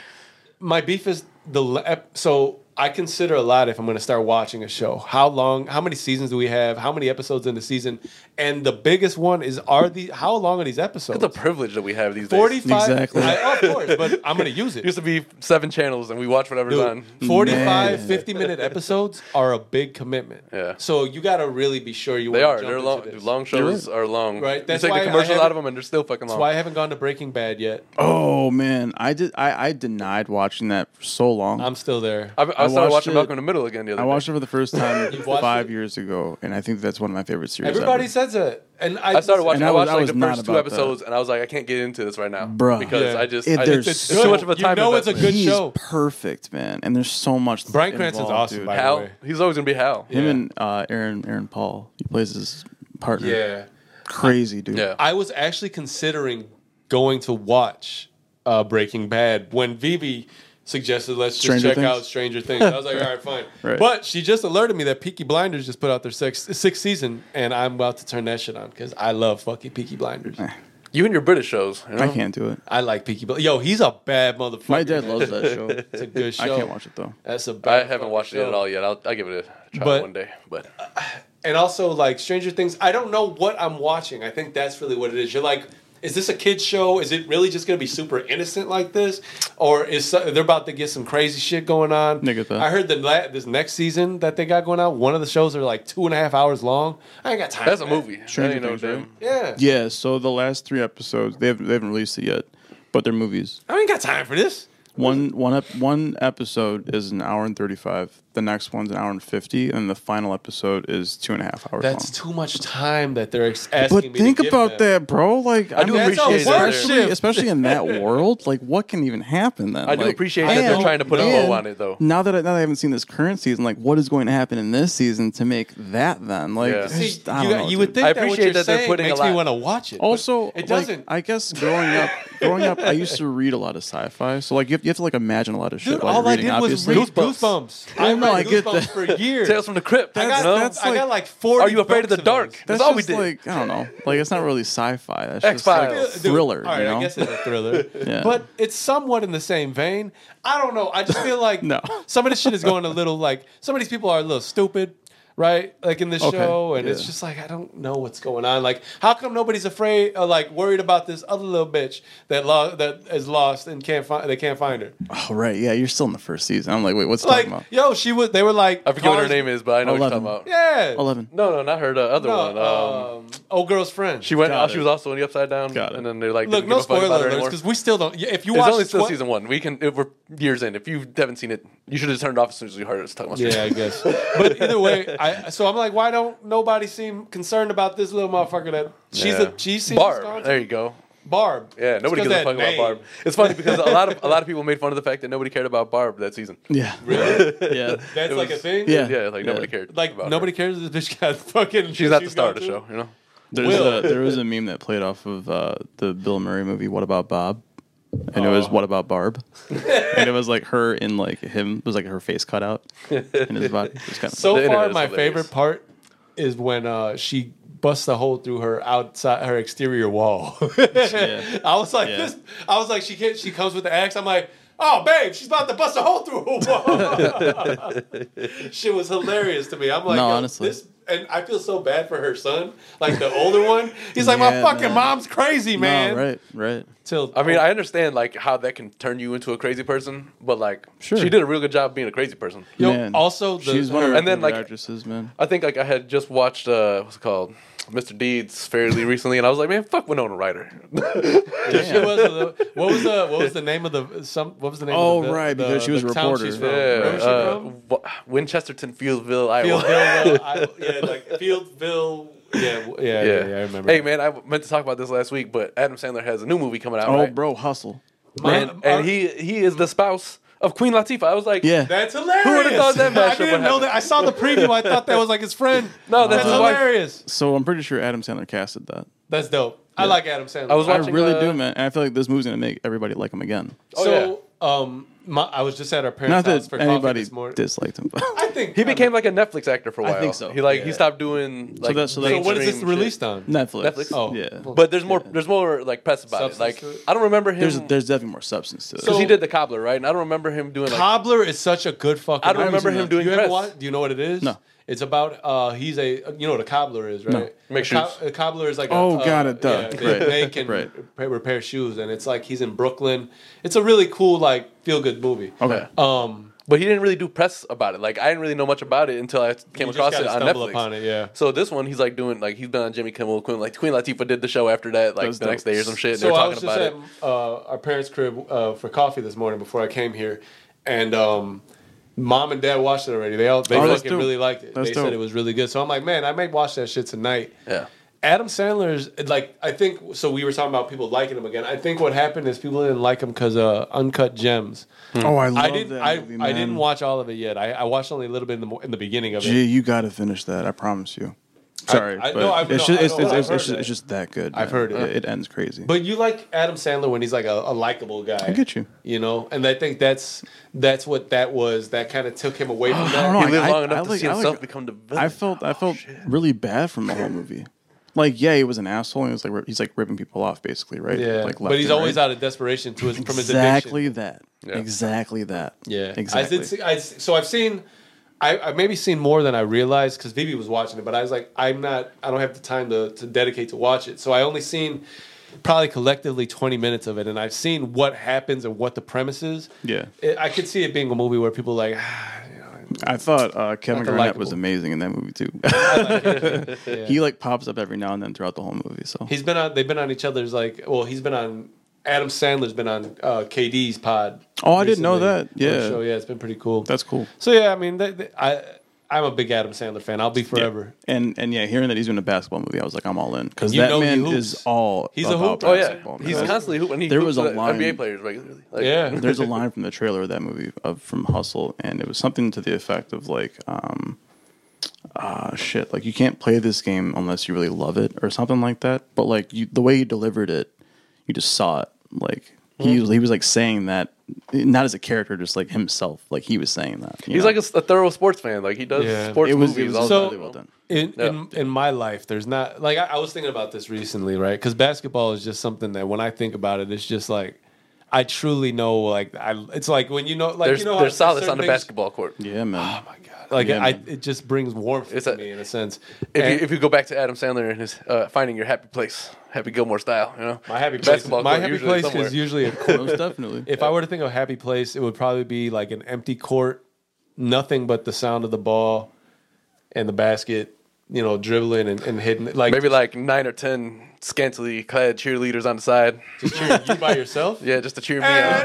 my beef is the le- ep- so I consider a lot if I'm going to start watching a show. How long? How many seasons do we have? How many episodes in the season? And the biggest one is are the how long are these episodes? the privilege that we have these days. Forty five. Exactly. I, oh, of course, but I'm going to *laughs* use It used it. to be seven channels, and we watch whatever's Dude, on. 45 Man. 50 minute episodes are a big commitment Yeah. so you got to really be sure you They want are. to jump They're into long. this. Long shows are long. Right, that's you why take I the commercials out haven't- of them, and they're still fucking long. that's why i haven't gone to breaking bad yet Oh man, I did. I, I denied watching that for so long. i'm still there I, I started watched watching it- Malcolm in the Middle again the other I day. watched it for the first time *laughs* watched five it? years ago, and I think that's one of my favorite series. ever. everybody says it and i, I started watching. I, And I was- watched I like was the not first two about that. episodes, and I was like, I can't get into this right now, Bruh. because Yeah. I just It- I, there's it's, it's so- too much of a you time. know it's a investment. good He's show. perfect, man, and there's so much. Bryan Cranston's involved, awesome, dude. by the Hal, way. he's always gonna be Hal. Him and uh, Aaron Aaron Paul, he plays his partner. yeah crazy dude. Yeah. I was actually considering going to watch uh, Breaking Bad when Vivi suggested let's Stranger just check Things? out Stranger Things. I *laughs* was like, all right, fine. Right. But she just alerted me that Peaky Blinders just put out their sixth, sixth season, and I'm about to turn that shit on because I love fucking Peaky Blinders. Eh. You and your British shows. You know? I can't do it. I like Peaky Blinders. Yo, he's a bad motherfucker. My dad loves that *laughs* show. It's a good show. I can't watch it though. That's a I bad haven't fucking watched it show. at all yet. I'll, I'll give it a try But- one day. But and also like Stranger Things. I don't know what I'm watching. I think that's really what it is. You're like, is this a kid show? Is it really just going to be super innocent like this, or is so- they're about to get some crazy shit going on? Nigga, though. I heard the la- this next season that they got going on. One of the shows are like two and a half hours long. I ain't got time. that's for a that. movie. That Stranger ain't no Things, damn- right? Yeah. Yeah, so the last three episodes they haven't, they haven't released it yet, but they're movies. I ain't got time for this. One one ep- one episode is an hour and thirty five. The next one's an hour and fifty, and the final episode is two and a half hours That's long. too much time that they're ex- asking me. but to think give about them. that, bro. Like I, do mean, appreciate that especially, they're- especially *laughs* in that world. Like, what can even happen then? I do Like, appreciate that they're and- trying to put a and low on it though. Now that I, now that I haven't seen this current season, like, what is going to happen in this season to make that then? Like, Yeah. I See, just- I you, don't know, you would dude. think I that what appreciate you're that they're saying putting a makes me lot- want to watch it. but Also, it like, doesn't. I guess growing *laughs* up, growing up, I used to read a lot of sci-fi. So like, you have, you have to like imagine a lot of shit. Dude, while all you're I reading, did was obviously. read Goosebumps. Goosebumps. I read no, I get Goosebumps that. for years. Tales from the Crypt. I you got, know? that's I got like- like four. Are you afraid of the dark? That's all we just did. like I don't know. Like it's not really sci-fi. That's X-Files. just like a thriller. all right, you know? I guess it's a thriller, Yeah. but it's somewhat in the same vein. I don't know. I just feel like No. some of this shit is going a little like some of these people are a little stupid, right? Like in this Okay, show, and it's yeah. just like I don't know what's going on. Like, how come nobody's afraid, or like worried about this other little bitch that lo- that is lost and can't find? They can't find her. oh, *laughs* right. Yeah, you're still in the first season. I'm like, wait, what's Like, talking about? yo, she was. They were like, I forget what her cars- name is, but I know what Eleven. you're talking about. Yeah, Eleven. No, no, not her. The other No, one. Um, um, old girl's friend. she went. uh, got She it. was also in the Upside Down. Got it. And then they're like, Look, didn't no give a fuck spoiler about her alerts anymore. because we still don't. yeah, If you It's watch only still twen- season one. We can. If we're years in. If you haven't seen it, you should have turned it off as soon as you heard us talking about. Stranger Yeah, I guess. *laughs* but either way, I so I'm like, why don't nobody seem concerned about this little motherfucker that she's Yeah. a she seems Barb. gone- There you go. Barb. Yeah, It's nobody 'cause gives a that fuck about name. Barb. It's funny because a lot of a *laughs* lot of people made fun of the fact that nobody cared about Barb that season. Yeah. *laughs* yeah. That's It like a was- thing. Yeah. Yeah, like nobody cared. Like about her. nobody cares that this bitch got *laughs* fucking. She's not the star of gone the too. show. You know. There's Will. a, there was a meme that played off of uh, the Bill Murray movie What About Bob, and it was What About Barb, and it was like her in like him it was like her face cut out in his body. It was *laughs* kind of So The internet far, is my hilarious. favorite part is when uh, she busts a hole through her outside her exterior wall. *laughs* I was like, Yeah. this, I was like, she can't, she comes with the axe. I'm like, oh babe, she's about to bust a hole through her *laughs* wall. Shit was hilarious to me. I'm like, No, yo, honestly. this. And I feel so bad for her son, like the older one. He's like, my Yeah, fucking man. mom's crazy, man. No, right, right. Till I mean, I understand like how that can turn you into a crazy person, but like Sure. she did a real good job being a crazy person. Yo, Man, also the- she's one of my and then, like- favorite actresses, man. I think like I had just watched uh what's it called Mr. Deeds fairly recently, and I was like, man, fuck Winona Ryder. she was. A little, what was the what was the name of the some? What was the name? Oh, of the, right, the- because she was a the town reporter. she's from? yeah, Where was she uh, from? Wa- Winchesterton, Fieldville, Iowa. Fieldville, I, yeah, like Fieldville. Yeah, w- *laughs* yeah, yeah, yeah, I remember. Hey man, I meant to talk about this last week, but Adam Sandler has a new movie coming out. Oh, right? bro, hustle. Man, and, and he he is the spouse of Queen Latifah. I was like, Yeah. that's hilarious. would've thought that *laughs* I mashup would didn't know happen? that. I saw the preview. I thought that was like his friend. No, that's his wife. hilarious. So I'm pretty sure Adam Sandler casted that. That's dope. I like Adam Sandler. I was I watching. really uh, do, man. And I feel like this movie's gonna make everybody like him again. Oh, so, um, My, I was just at our parents' Not house that for coffee anybody this morning. disliked him. but- *laughs* I think He became like a Netflix actor for a I while. think so. He like he Yeah. stopped doing like. that's- so So what is this mainstream released shit. on? Netflix. Netflix? Oh. yeah. But there's more. There's more like press about Substance it. to Like it? I don't remember him. there's there's definitely more substance to it. because So- he did the cobbler, right? And I don't remember him doing like Cobbler is such a good fucking. I don't remember seen him that. doing you ever press. watch? Do you know what it is? No. It's about uh, he's a you know what a cobbler is right? Make a co- shoes. a cobbler is like Oh, a, uh, got it, duh. Yeah, they Right. make and Right. repair, repair shoes, and it's like he's in Brooklyn. It's a really cool like feel good movie. okay. Um, But he didn't really do press about it. Like I didn't really know much about it until I came You just across it gotta on stumble Netflix. upon it, yeah. So this one, he's like doing like he's been on Jimmy Kimmel, Queen like Queen Latifah did the show after that, like That's the dope. next day or some shit. And so they were I was talking about just at it. uh, our parents' crib uh, for coffee this morning before I came here, and um, mom and dad watched it already. They all they Oh, that's fucking dope. really liked it. That's they dope. said it was really good. So I'm like, man, I may watch that shit tonight. Yeah. Adam Sandler's like I think so. We were talking about people liking him again. I think what happened is people didn't like him because uh, Uncut Gems. Oh, I love I didn't. that I, movie, I man. didn't watch all of it yet. I, I watched only a little bit in the mo- in the beginning of it. Gee, you got to finish that. I promise you. Sorry, I- but no, I've- it's no, just I it's, know, it's, I've it's, heard just, that. it's just that good. I've man. heard it. It ends crazy. But you like Adam Sandler when he's like a, a likable guy. I get you. You know, and I think that's that's what that was. That kind of took him away *gasps* from I don't know. that. He lived I- long I enough to like- see I like- himself become the villain. Oh, I felt I felt really bad from the whole movie. Like, yeah, he was an asshole. And he was like ri- he's like ripping people off, basically, right? Yeah, Like, but he's always right? out of desperation to his, from his addiction. exactly that. Exactly that. Yeah, exactly. I did see, I, so I've seen, I, I maybe seen more than I realized because Vivi was watching it, but I was like, I'm not, I don't have the time to, to dedicate to watch it. So I only seen probably collectively 20 minutes of it, and I've seen what happens and what the premise is. Yeah. It- I could see it being a movie where people like, ah, I thought uh, Kevin Not the Garnett was likable. amazing in that movie *laughs* too. *laughs* yeah. he like pops up every now and then throughout the whole movie. So he's been on, they've been on each other's like, well, he's been on. Adam Sandler's been on uh, KD's pod. Oh, I didn't know recently that. on Yeah. the show. yeah, it's been pretty cool. that's cool. so yeah. I mean, they, they, I I'm a big Adam Sandler fan. I'll be forever. And and yeah, hearing that he's doing a basketball movie, I was like, I'm all in because You that know he man hoops. is all. He's a about hoop. Oh, oh basketball, yeah, man. he's *laughs* That's- constantly hooping. He There hoops was a with line- NBA players regularly. Like, Yeah. There's a line from the trailer of that movie of from Hustle, and it was something to the effect of like, um, ah, shit, like you can't play this game unless you really love it or something like that. But like you, the way he delivered it, you just saw it. Like he was, he was like saying that, not as a character, just like himself. Like he was saying that. you He's know? like a, s- a thorough sports fan. Like he does Yeah. sports It was- it movies. was all so- the time. well done. in, Yeah. in in my life, there's not like I, I was thinking about this recently, right? Because basketball is just something that when I think about it, it's just like I truly know, like I, it's like when you know, like There's you know, how there's solace certain on the things- basketball court. yeah, man. Like Yeah, I, man. it just brings warmth It's to a- me in a sense. If And you, if you go back to Adam Sandler and his uh, finding your happy place, Happy Gilmore style, you know, my happy place, Basketball my court happy usually place somewhere. is usually *laughs* a court. Most definitely. if I were to think of a happy place, it would probably be like an empty court, nothing but the sound of the ball and the basket, you know, dribbling and, and hitting. Like Maybe like nine or ten scantily clad cheerleaders on the side. just cheering you by yourself. *laughs* Yeah, just to cheer me Hey, on. I no,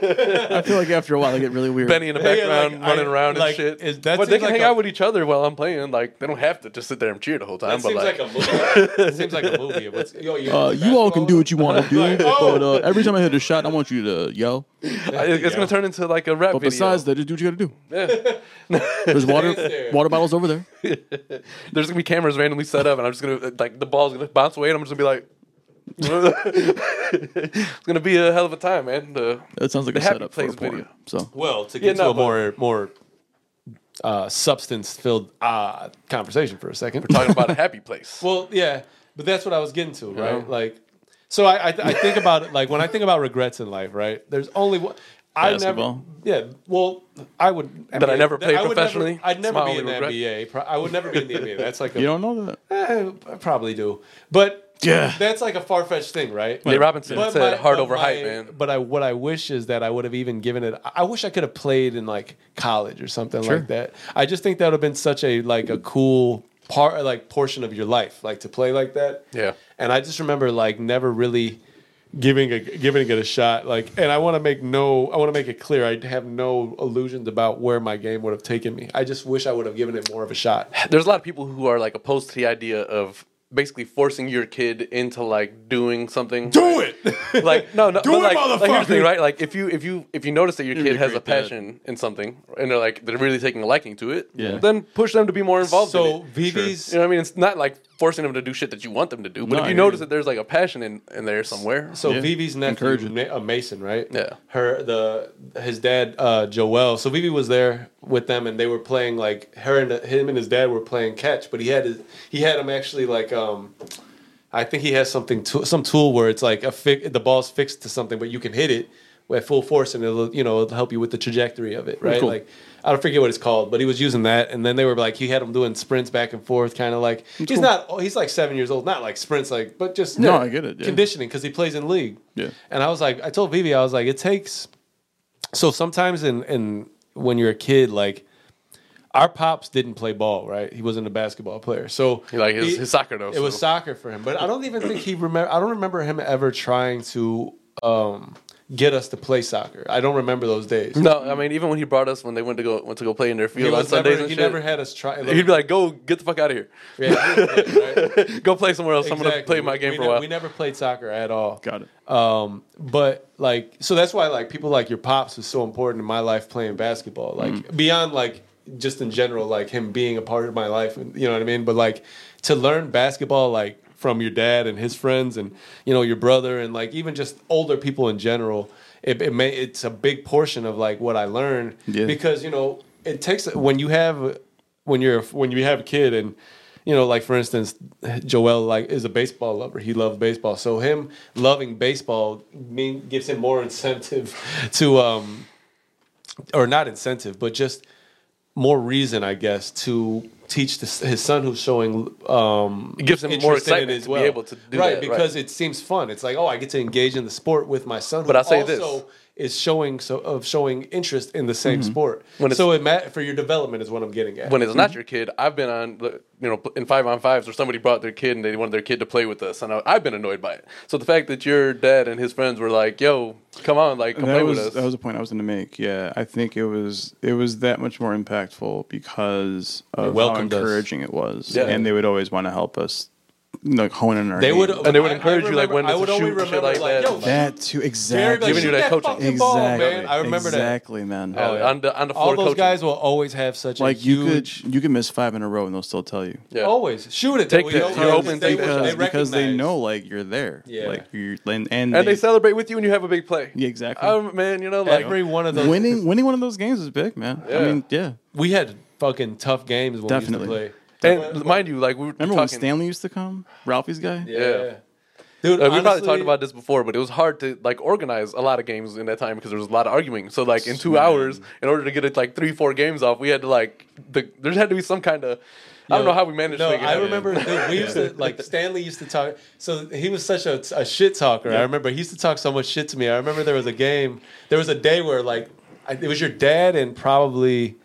don't know. hey, no. I feel like after a while, I get really weird. Benny in the Yeah, yeah, background like, running I- around like, and shit. is- that but they seems can like hang a- out with each other while I'm playing. Like they don't have to just sit there and cheer the whole time. That but seems like, like, a movie. It seems like a movie. What's- yo, you, Uh, you all can do what you want *laughs* to do, oh. but uh, every time I hit a shot, I want you to yell. I- it's gonna turn into like a rap But video. besides that, just do what you got to do. *laughs* There's water, there. water bottles over there. There's gonna be cameras randomly set up, and I'm just gonna like the ball's gonna bounce away, and I'm just gonna be like. *laughs* it's gonna be a hell of a time, man. The, That sounds like the a happy setup for a place porn. video. So well, to get Yeah, to no, a more more uh, substance filled uh, conversation for a second. Talking about a happy place. *laughs* Well, yeah, but that's what I was getting to, right? Yeah. Like, so I, I I think about it like when I think about regrets in life, right? There's only one. I Basketball. never, yeah. Well, I would That I never played I would professionally? Never, I'd It's never my be only in the regret. NBA. Pro- I would never be in the NBA. *laughs* That's like a, you don't know that. Eh, I probably do, but Yeah. that's like a far fetched thing, right? Nate Robinson But said my- "hard but over my- hype," man. But I, what I wish is that I would have even given it. I wish I could have played in like college or something like that. I just think that would have been such a like a cool part, like portion of your life, like to play like that. Yeah. And I just remember like never really giving a, giving it a shot. Like, and I want to make no, I want to make it clear. I have no illusions about where my game would have taken me. I just wish I would have given it more of a shot. there's a lot of people who are like opposed to the idea of basically forcing your kid into like doing something. Do it. *laughs* Like no, no, Do but, like, like, it, here's the thing, motherfucker. right? Like if you if you if you notice that your be kid a has a great dad. passion in something and they're like they're really taking a liking to it, Yeah. then push them to be more involved. in So it. Vivi's you know what I mean? It's not like forcing them to do shit that you want them to do. But No, if I you hear notice you. that there's like a passion in, in there somewhere, So Yeah. Vivi's nephew, Encourage it. Ma- uh, Mason, right? Yeah. Her the his dad, uh, Joel. So Vivi was there with them, and they were playing like her and him and his dad were playing catch. But he had his, he had him actually like um, I think he has something to, some tool where it's like a fi- the ball's fixed to something, but you can hit it at full force, and it'll you know it'll help you with the trajectory of it, right? cool. Like I don't forget what it's called, but he was using that, and then they were like he had him doing sprints back and forth, kind of like he's not he's like seven years old, not like sprints like, but just No, I get it, yeah. conditioning because he plays in league. Yeah. And I was like, I told Vivi, I was like, it takes. So sometimes in in when you're a kid, like our pops didn't play ball, right? He wasn't a basketball player, so like his, he- his soccer though. It was soccer for him, but I don't even think he remember. I don't remember him ever trying to um, get us to play soccer. I don't remember those days. no, I mean even when he brought us when they went to go went to go play in their he, field on was never, Sundays he and shit, never had us try. he'd be like, "Go get the fuck out of here, Yeah, right? go play somewhere else. *laughs* I'm gonna Exactly. play my We- game we for ne- a while." We never played soccer at all. Got it. Um, but like, so that's why like people like your pops was so important in my life playing basketball. Like beyond like just in general, like him being a part of my life, and you know what I mean. But like to learn basketball, like from your dad and his friends, and you know your brother, and like even just older people in general. It, it may it's a big portion of like what I learned Yeah. because you know it takes when you have when you're when you have a kid and you know like for instance joel like is a baseball lover he loves baseball so him loving baseball mean, gives him more incentive *laughs* to um or not incentive but just more reason i guess to teach this, his son who's showing um It gives him more interest in it excitement to be able to do that, right. right because it seems fun it's like oh i get to engage in the sport with my son But who I say this. also is showing so of showing interest in the Mm-hmm. same sport When it's- so it ma- for your development is what i'm getting at when it's not your kid, I've been on, you know, in five on fives where somebody brought their kid and they wanted their kid to play with us, and I, I've been annoyed by it. So the fact that your dad and his friends were like, "Yo, come on, like, come play that was with us," that was a point I was going to make. Yeah, I think it was it was that much more impactful because of how welcomed us. encouraging it was, Yeah. and they would alys want to help us, like hone in our. They game. would, And they would encourage you, like, when I it's a would only shoot and shit remember, like that. yo, that too Barry, exactly like, Giving you shoot that that coaching. fucking ball, man. I remember that. exactly, man. Yeah, Oh, yeah. on the on the floor All those coaching. guys will always have such a like you huge. could you could miss five in a row and they'll still tell you. Yeah. Always shoot it. Take uh, though. that. We You're always- open to they- that. because, they because they recognize. know like you're there. Yeah. like you're and and, and they celebrate with you, and you have a big play. Yeah, exactly. Oh, man, you know, like every one of those. winning winning one of those games is big, man. Yeah. I mean, yeah. We had fucking tough games when Definitely. we used to play. And mind you, like we were Remember when talking. Stanley used to come? Ralphie's guy? Yeah. Dude, like, Uh, we probably honestly, talked about this before, but it was hard to like organize a lot of games in that time because there was a lot of arguing. So like in two hours, in order to get it like three, four games off, we had to like the, there had to be some kind of I don't know how we managed. No, to make it I happen. remember dude, we used to like Stanley used to talk. So he was such a, a shit talker. I remember he used to talk so much shit to me. I remember there was a game. There was a day where like I, it was your dad and probably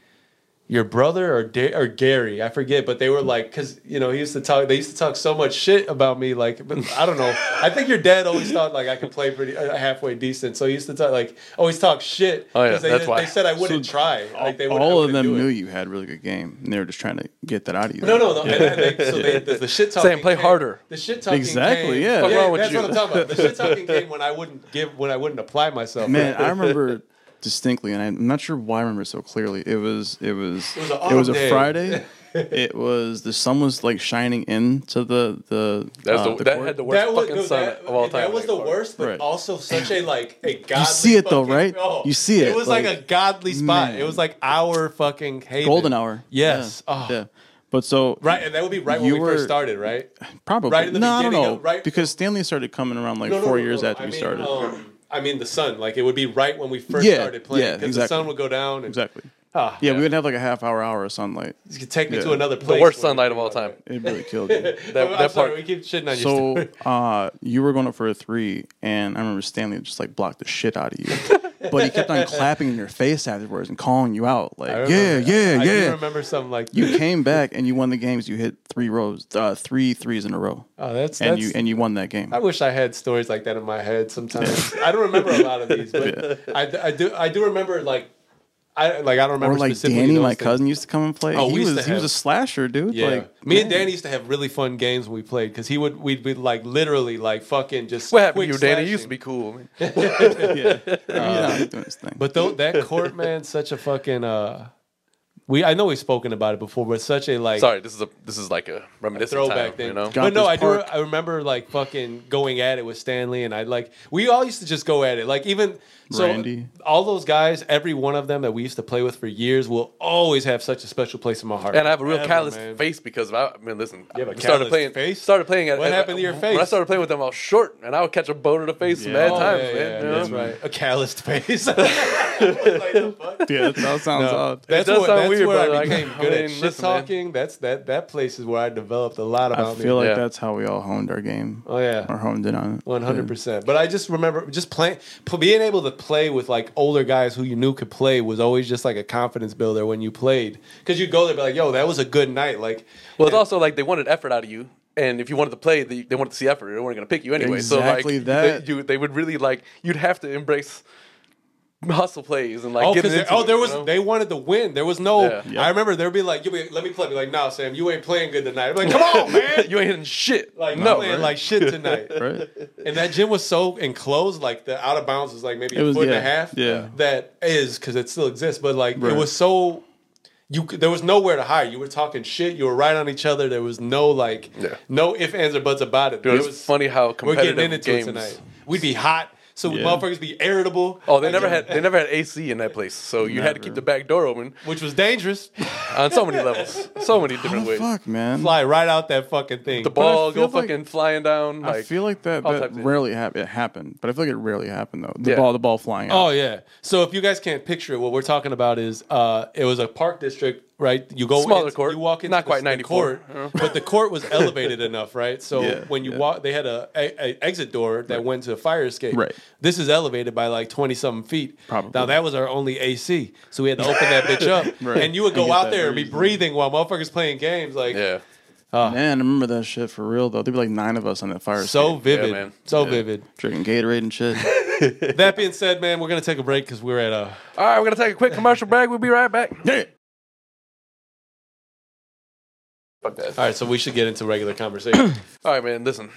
your brother or da- or Gary. I forget, but they were like because you know he used to talk. They used to talk so much shit about me. Like, but I don't know. I think your dad always thought like I could play pretty uh, halfway decent. So he used to talk like always talk shit. Oh, yeah, 'cause they, that's why. they said I wouldn't try. Like they would, I All of wouldn't them do it. knew you had really good game, and they were just trying to get that out of you. No, no, no. And, and they, so they, the, the shit talking. play came- harder. The shit talking. Exactly, came- yeah. What's wrong with that's you? what I'm talking about. The shit talking came when I wouldn't give, when I wouldn't apply myself. Man, I remember distinctly, and I'm not sure why I remember it so clearly. It was it was was a it was a autumn day. Friday. it was the sun was like shining into the the, *laughs* That's uh, the, the that court. had the worst fucking no, sun that- of all and time. That was the worst, but Right. also such a like a godly. see it, though, fucking- right? oh, You see It it, was like, like, a godly spot. man. It was like our fucking haven. golden hour. Yes. Yeah. Oh. Yeah. But so Right, and that would be right when You we were- first started, right? probably right in the no, I don't beginning know of- right- because Stanley started coming around like No, no, four no, no, years no. after I we mean, started. um, I mean the sun, like it would be right when we first Yeah, started playing, yeah, because the exactly. sun would go down. And, exactly. Ah, yeah, we would have like a half hour hour of sunlight. you could take me Yeah. to another the place. worst when we sunlight of think all about time. it. It really *laughs* killed you. That- I'm that sorry, part- we keep shitting on you. So uh, you were going up for a three, and I remember Stanley just like blocked the shit out of you, but he kept *laughs* on clapping in your face afterwards and calling you out like, *laughs* yeah, remember. yeah, I do yeah. remember something like You came back and you won the games. You hit three rows, uh, three threes in a row, *laughs* Oh, that's, and that's you and you won that game. I wish I had stories like that in my head sometimes. I don't remember a lot of these, *laughs* but I, I do I do remember like I like I don't remember Or like specifically Danny, those my things. cousin, used to come and play. Oh, he we used was to he was have- a slasher, dude. Yeah. *laughs* Like me and Danny used to have really fun games when we played because he would we'd be like literally like fucking just What happened to quick you, Danny? slashing. You used to be cool. Man. *laughs* yeah, he's doing his thing. But though that court man, such a fucking uh we I know we've spoken about it before, but such a like Sorry, this is a this is like a reminiscent throwback time, thing. you know. Got But no, this I do. park. I remember like fucking going at it with Stanley, and I like we all used to just go at it. Like even so, Randy. all those guys, every one of them that we used to play with for years, will always have such a special place in my heart. And I have a real Ever, callous man. face because of, I mean, listen, You have a I started callous playing. face? Started playing. At, What at- happened to your face? When I started playing with them, I was short, and I would catch a bow to the face Yeah. mad Oh, times, yeah, man. yeah, you know? that's right. A calloused face. *laughs* Yeah, that sounds odd. That's does what, sound that's weird, where but, I like, became I good at mean, shit listen, man. talking. That's that that place is where I developed a lot I about me. feel like Yeah. that's how we all honed our game. oh yeah. Or honed in on it. One hundred percent. But I just remember just playing, p- being able to play with like older guys who you knew could play was always just like a confidence builder when you played because you go there and be like, "Yo, that was a good night." Like, Well, it's also like they wanted effort out of you, and if you wanted to play, they, they wanted to see effort. They weren't going to pick you anyway. so Exactly like that. They, you, they would really like you'd have to embrace hustle plays and like oh, get 'cause into there- oh, it, there you was know? they wanted to win. There was no. Yeah. Yep. I remember there'd be like, "You be, let me play." Be like, "Nah, Sam, you ain't playing good tonight." I'm *laughs* like, "Come on, oh, man." *laughs* you ain't hitting shit. Like no, no, playing right? like shit tonight, Right? *laughs* and that gym was so enclosed, like the out of bounds was like maybe It was- a foot yeah, and a half. yeah. that is because it still exists, but like Right. it was so you c- there was nowhere to hide. You were talking shit. You were right on each other. There was no like Yeah. no if ands or buts about it. Dude, it it's funny how We're competitive getting into games. it tonight. We'd be hot, so Yeah. motherfuckers be irritable. Oh, they Like, never yeah, had they never had AC in that place, so you had to keep Never. the back door open which was dangerous. on so many levels, so many How different the ways. fuck, man? Fly right out that fucking thing. The ball go feel like- fucking flying down. Like, I feel like that, all that types of- rarely hap- it happened, but I feel like it rarely happened though. The Yeah. ball, the ball flying Oh out. yeah. So if you guys can't picture it, what we're talking about is uh, it was a park district, right? You go Smaller into- court. You walk into Not the- quite the 94. court, but the court was elevated enough, right? So Yeah, when you yeah. walk, they had a, a, a exit door that went to a fire escape. Right. This is elevated by like twenty something feet. Probably. Now that was our only AC, so we had to open that bitch up, Right. and you would And go get out that there and be breeze. breathing while motherfuckers playing games. Like yeah, man, I remember that shit for real though. There'd be like nine of us on that fire. Oh, so escape, vivid, man. so vivid. drinking Gatorade *laughs* and shit. That being said, man, we're gonna take a break because we're at a. All right, we're gonna take a quick commercial break. We'll be right back. Fuck that. All right, so we should get into regular conversation. All right, man. Listen,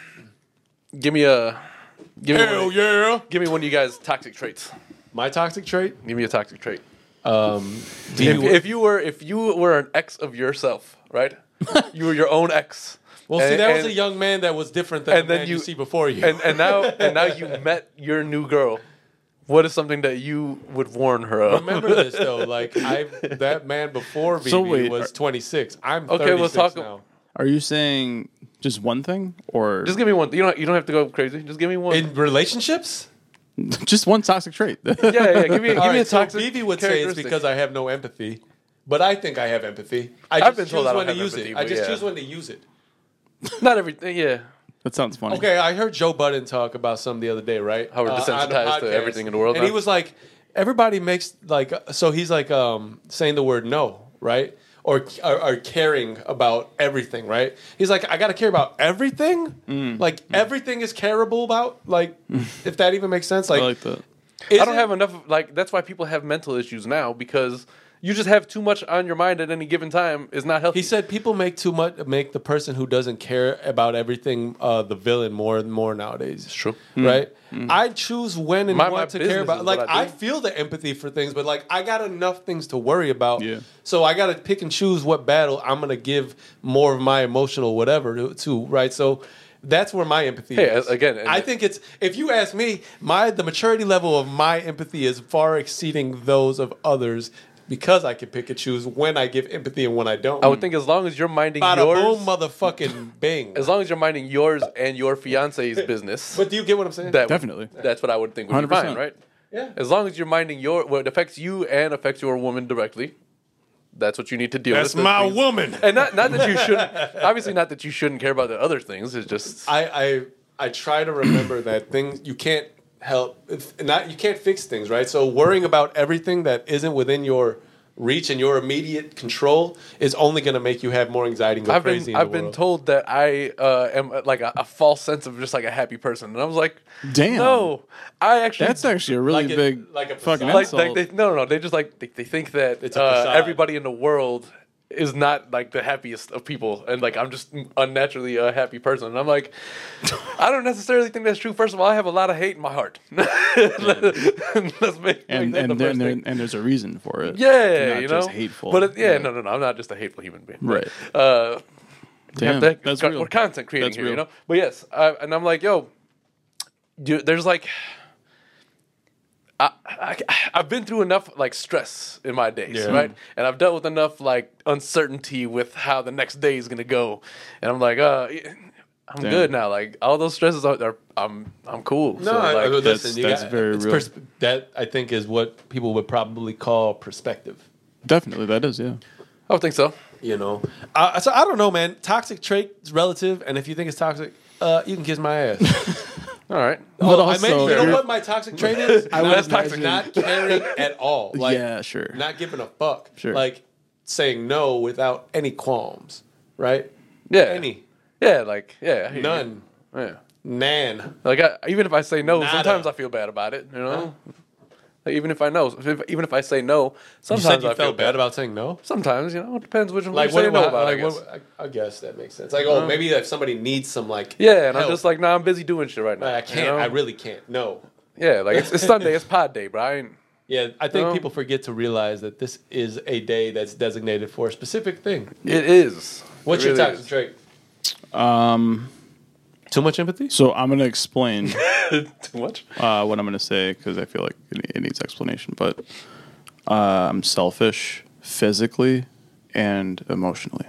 give me a give me one, yeah. give me one of you guys' toxic traits. My toxic trait? Give me a toxic trait. Um, do If, you, if you were if you were an ex of yourself, *laughs* right? you were your own ex. well, see, And- that was and- a young man that was different than and the then man you, you- see before you. and, and now and now you met your new girl. What is something that you would warn her of? *laughs* Remember this though, like I that man before BB So wait, was are- 26. 26. I'm Okay, 36 we'll talk- now. Are you saying just one thing, or Just give me one. You don't you don't have to go crazy. Just give me one. In relationships? *laughs* just, one toxic trait? *laughs* yeah, yeah. Give me, give All me a right, so toxic. BB would say it's characteristic. because I have no empathy, but I think I have empathy. I I've just been choose told I don't when to have use empathy, it. I but just yeah. choose when to use it. not everything. Yeah. that sounds funny. Okay, I heard Joe Budden talk about some the other day, right? How we're Uh, on a desensitized to podcast. everything in the world And he now. was like, everybody makes like, so he's like um, saying the word no, right? Or, or, or caring about everything, right? He's like, I gotta care about everything. Like everything is careable about. Like, if that even makes sense. I Like, like that. I don't have enough. of- Like that's why people have mental issues now because you just have too much on your mind at any given time is not healthy. He said people make too much, make the person who doesn't care about everything uh, the villain more and more nowadays. It's true. right? I choose when and Mm. My- what my to business care about. is what Like I I, do. feel the empathy for things, but like I got enough things to worry about. Yeah. So I got to pick and choose what battle I'm gonna give more of my emotional whatever to, to right. So. That's where my empathy Hey, is. again, and- I think it's if you ask me, my the maturity level of my empathy is far exceeding those of others because I can pick and choose when I give empathy and when I don't. I would think as long as you're minding Bada yours, boom, *laughs* motherfucking bing. as long as you're minding yours and your *laughs* fiance's business, But do you get what I'm saying? that would- Definitely. that's what I would think would be fine, 100%. right? yeah. As long as you're minding your what affects you and affects your woman directly, that's what you need to deal with. Those things- woman. And not not that you shouldn't obviously not that you shouldn't care about the other things. It's just I, I I try to remember that things you can't help if not you can't fix things, right? So worrying about everything that isn't within your reach and your immediate control is only going to make you have more anxiety and go I've been crazy. in the I've been world. told that I uh, am uh, like a, a false sense of just like a happy person, and I was like, Damn. no, I actually That's actually a really Like a- big like a fucking facade. like, insult. like they, no no no they just like they, they think that a uh, facade. everybody in the world is not like the happiest of people, and like I'm just unnaturally a happy person. And I'm like, I don't necessarily think that's true. First of all, I have a lot of hate in my heart. *laughs* Let's make, and make that the and, there, first and, there- thing. and there's a reason for it. Yeah, Not you know, just hateful. But it, yeah, no, no, no, I'm not just a hateful human being. Right. Uh, have Damn, to- that's co- real. We're content creating That's here, you real. know. But yes, I, and I'm like, yo, you, there's like, I, I I've been through enough like stress in my days, Yeah. right? And I've dealt with enough like uncertainty with how the next day is gonna go, and I'm like, uh. I'm Damn. good now. Like all those stresses are, are I'm I'm cool. No, so, I- I- like, That's- listen, you that's got- very it's real. that I think is what people would probably call perspective. Definitely, that is. Yeah. I would think so. You know, uh, so I don't know, man. Toxic trait is relative, and if you think it's toxic, uh, you can kiss my ass. All right. But I mean, you know you're- what my toxic trait *laughs* is? I would That's imagine- Not caring at all. *laughs* Like, yeah, sure. Not giving a fuck. Sure. Like saying no without any qualms. Right? Yeah. Any. Yeah. Like yeah. I hear you. None. Yeah. Nan. Like I, even if I say no, Nada. sometimes I feel bad about it. You know, like, even if I know, if, even if I say no, You sometimes said you I felt feel bad, about saying no. Sometimes you know, it depends which one Like you what? say do no I, about. like, I what- guess. I, I guess that makes sense. Like, oh, maybe if somebody needs some, like, yeah, and I'm help. just like, nah, I'm busy doing shit right now. Like, I you can't. know? I really can't. No. yeah, like it's, *laughs* it's Sunday, it's pod day, bro. I ain't, Yeah, I think No. people forget to realize that this is a day that's designated for a specific thing. it is. What's It your really toxic is. trait? Um, too much empathy. So I'm *laughs* gonna explain. Too much. uh, what I'm going to say because I feel like it, it needs explanation. But uh, I'm selfish physically and emotionally.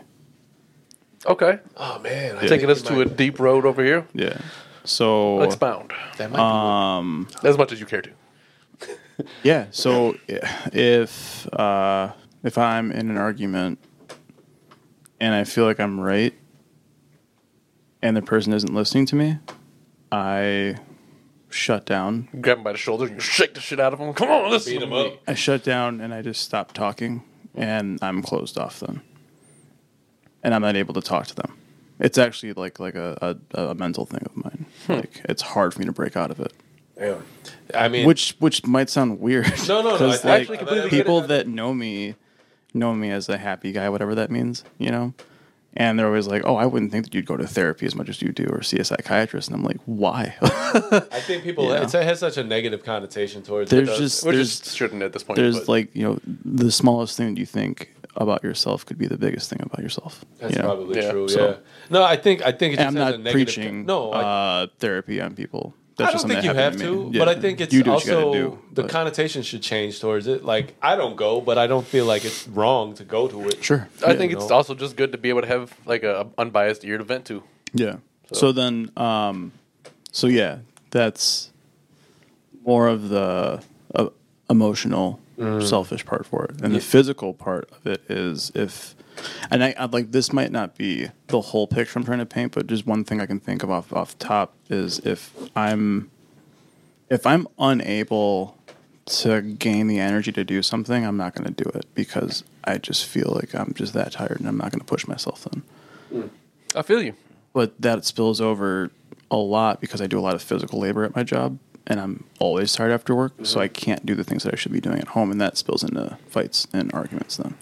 Okay, Oh man, I taking us to a it. deep road over here. Yeah. So Expound That might as much as you care to. yeah. So i- if uh, if I'm in an argument and I feel like I'm right, and the person isn't listening to me, I shut down. Grab him by the shoulders and you shake the shit out of him. Come on, listen be to beat him me. up. I shut down and I just stop talking, and I'm closed off then, and I'm not able to talk to them. It's actually like like a, a, a mental thing of mine. Like it's hard for me to break out of it, Damn. I mean, which which might sound weird. No, no, no, *laughs* 'cause, I like, actually completely get it. people that know me know me as a happy guy, whatever that means, you know. And they're always like, "Oh, I wouldn't think that you'd go to therapy as much as you do, or see a psychiatrist." And I'm like, "Why?" *laughs* I think people Yeah. it's- it has such a negative connotation towards. it. There's Does- just Which there's is shouldn't at this point. there's but- like you know the smallest thing you think about yourself could be the biggest thing about yourself. that's you know? probably Yeah. true. So- yeah. No, I think I think it just And I'm has a not negative preaching con- no, I, uh, therapy on people. That's I just don't something think you that have happened to, me. Yeah. but I think it's You do what you gotta also do, the but- connotation should change towards it. Like I don't go, but I don't feel like it's wrong to go to it. sure. I Yeah. think you it's know. also just good to be able to have like a unbiased ear to vent to. Yeah. So, then, um, so yeah, that's more of the uh, emotional, selfish part for it, and the physical part of it is if, and I I'd like this might not be the whole picture I'm trying to paint, but just one thing I can think of off off top is if I'm, if I'm unable to gain the energy to do something, I'm not going to do it because I just feel like I'm just that tired and I'm not going to push myself then I feel you. but that spills over a lot because I do a lot of physical labor at my job and I'm always tired after work, so I can't do the things that I should be doing at home, and that spills into fights and arguments then.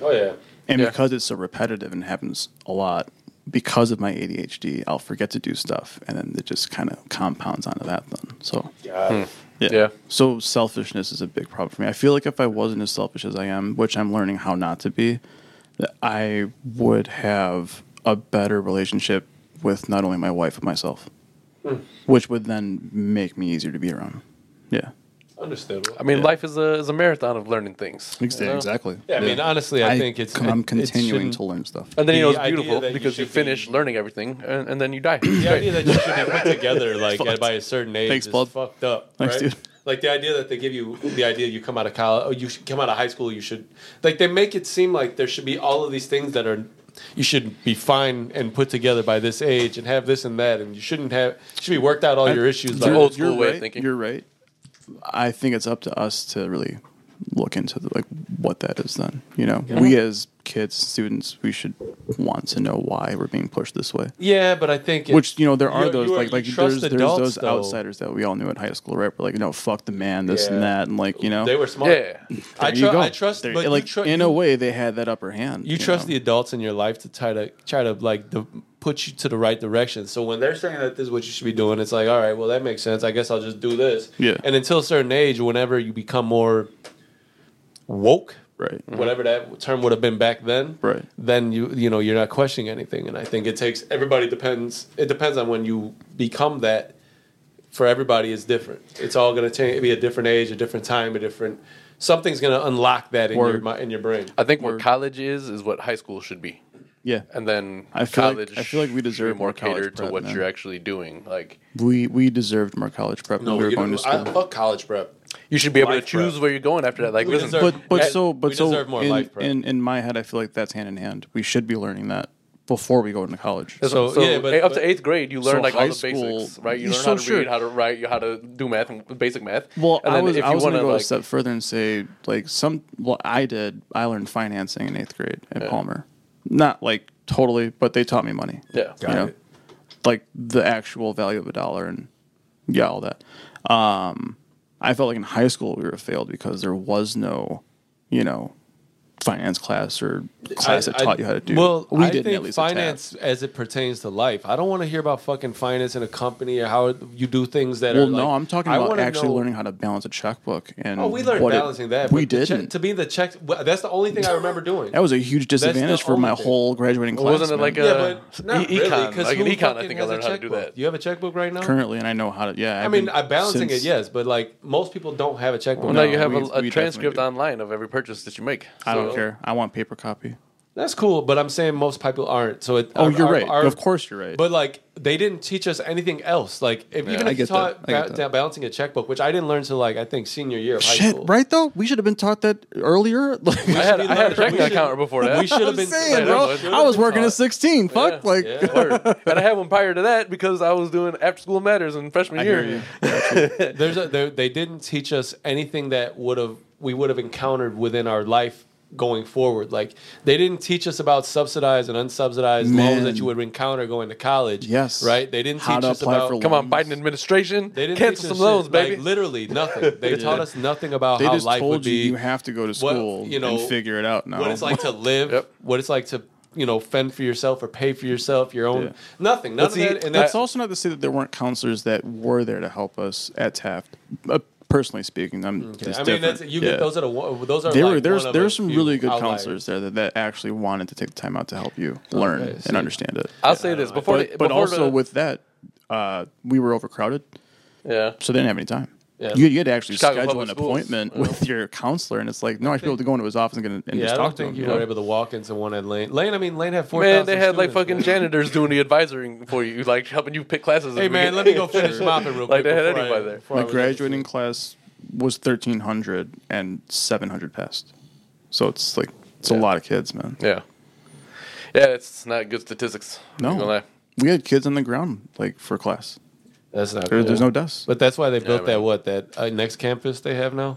Oh yeah. And Yeah. because it's so repetitive and happens a lot, because of my ADHD, I'll forget to do stuff, and then it just kind of compounds onto that then. So God. yeah. Yeah. So selfishness is a big problem for me. I feel like if I wasn't as selfish as I am, which I'm learning how not to be, that I would have a better relationship with not only my wife but myself, which would then make me easier to be around. Yeah. Understandable. I mean, life is a is a marathon of learning things. you know? Yeah, I mean, honestly, I, think it's. it- I'm it continuing shouldn't- to learn stuff. And then you know The it's idea beautiful that you because you, should finish be- learning everything and, and then you die. *clears throat* The Right. idea that you should be put *laughs* together like at by a certain age Thanks, is bud. fucked up. Thanks, right? dude. Like the idea that they give you the idea you come out of college, oh, you should come out of high school, you should like they make it seem like there should be all of these things that are you should be fine and put together by this age and have this and that and you shouldn't have should be worked out all your issues You're- like old school way of right. thinking. You're right. I think it's up to us to really look into the, like what that is. Then you know, we as kids, students, we should want to know why we're being pushed this way. Yeah, but I think it- Which you know there are You- those you like like you there's trust there's adults, those though. outsiders that we all knew at high school, right? We're like, no, fuck the man, this Yeah. and that, and like you know, They were smart. Yeah. I, There you tru- go. I trust, There- but like you, tru- in you, a way, they had that upper hand. you trust know? the adults in your life to try to try to like to put you to the right direction. So when they're saying that this is what you should be doing, it's like, all right, well that makes sense. I guess I'll just do this. Yeah. And until a certain age, whenever you become more woke, right. whatever that term would have been back then, Mm-hmm. Right. Then you you know you're not questioning anything, and I think it takes everybody depends. It depends on when you become that. For everybody is different. It's all going to change. It'd be a different age, a different time, a different something's going to unlock that in your Word. your in your brain. I think what college is is what high school should be, Yeah, and then I feel like- college. I feel like we should be deserve more college catered to prep, what man. you're actually doing. Like we we deserved more college prep. when we were you going know, to school. I fuck college prep. you should be able to Life prep. choose where you're going after that. Like We listen, deserve- but but Yeah, so but we so deserve more in, life, bro. in in my head, I feel like that's hand in hand. We should be learning that before we go into college. So, so yeah, but, eh, up but- to eighth grade, you learn So like all high the basics, school- right? You Yeah, learn so how to sure. read, how to write, how to do math, and basic math. Well, and I was I was going wanna, to go a step further and say like some. Well, I did. I learned financing in eighth grade at Palmer. Not like totally, but they taught me money. Yeah. you Got know? it. like the actual value of a dollar and yeah, all that. Um, I felt like in high school we were failed because there was no, you know, finance class or class that I- taught you how to do. Well, we I didn't think at least attempt. finance as it pertains to life. I don't want to hear about fucking finance in a company or how you do things that Well, are. no, like- I'm talking I about wanna actually know- learning how to balance a checkbook and Oh, we learned what it- balancing that. We but the check- didn't. to be the check. well, That's the only thing I remember doing. *laughs* that was a huge the disadvantage for my only thing. whole graduating class. wasn't it man. like a- yeah, but Uh, not e- really, econ. 'cause Like, who in econ, I fucking think I has a learned how to do checkbook? that. You have a checkbook right now. currently, and I know how to. Yeah, I I've mean, been- I balancing since- it, yes, but like most people don't have a checkbook. Well, No, now you have we- a- we a, definitely transcript do. online of every purchase that you make. I don't So- care. I want paper copy. That's cool, but I'm saying most people aren't. So it, Oh, our- you're our- right. our- Of course, you're right. But like they didn't teach us anything else. Like if, even if I you get that. taught I get ba- that. balancing a checkbook, which I didn't learn till like I think senior year of high Shit, school. right though? We should have been taught that earlier. *laughs* Like, I had, We I had a learned- we checking should- account before that. We should have been. Hey, saying, that bro. was- I was working at 16. Fuck, Yeah, like *laughs* yeah. *laughs* Word. and I had one prior to that because I was doing after school matters in freshman I year. hear you. There's a, there, they didn't teach us anything that would have we would have encountered within our life going forward. Like they didn't teach us about subsidized and unsubsidized loans Man. that you would encounter going to college. Yes. right. They didn't How teach to us apply about. for Come on, Loans. Biden administration, they didn't teach cancel us some loans, shit, baby. Like, literally nothing. They taught us nothing about they how just life would told you be. you have to go to school you know, and figure it out now. what it's like *laughs* to live, Yep. what it's like to you know fend for yourself or pay for yourself, your own Yeah. nothing, none But of see, that. And That's that's also not to say that there weren't counselors that were there to help us at Taft. Uh, personally speaking, I'm. It's I mean, different. that's, you Yeah. get those are the those are There like were there's one of a there's some few really good outliers. counselors there that, that actually wanted to take the time out to help you learn see. and understand it. I'll say this before, but the- but before also the- with that, uh, we were overcrowded, yeah, so they didn't have any time. Yeah. You, you had to actually Chicago schedule Public an Schools. appointment with your counselor, and it's like, no, I should be able to go into his office and, get, and Yeah, just I talk don't to him. think you know? were able to walk into one at Lane. Lane, I mean, Lane had four. man, they had like fucking janitors doing the advisoring for you, like helping you pick classes. Hey man, let me go *laughs* finish mopping real quick. Like, they had before I- anybody there. before I My was- graduating class was 1,300 and 700 passed. So it's like, it's a lot of kids, man. *laughs* Yeah, yeah, it's not good statistics. I'm not gonna No. lie. We had kids on the ground, like, for class. That's not. There, cool. There's no desks. But that's why they built man. that what that uh, next campus they have now,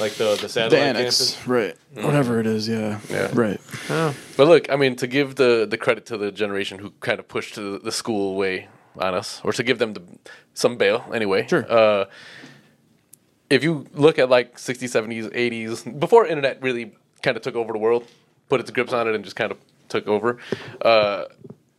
like the the satellite the annex. campus. Right. Whatever it is, yeah. Yeah. Right. But look, I mean, to give the, the credit to the generation who kind of pushed the, the school away on us, or to give them the, some bail anyway. Sure. Uh, if you look at like 60s, 70s, 80s, before internet really kind of took over the world, put its grips on it, and just kind of took over, uh,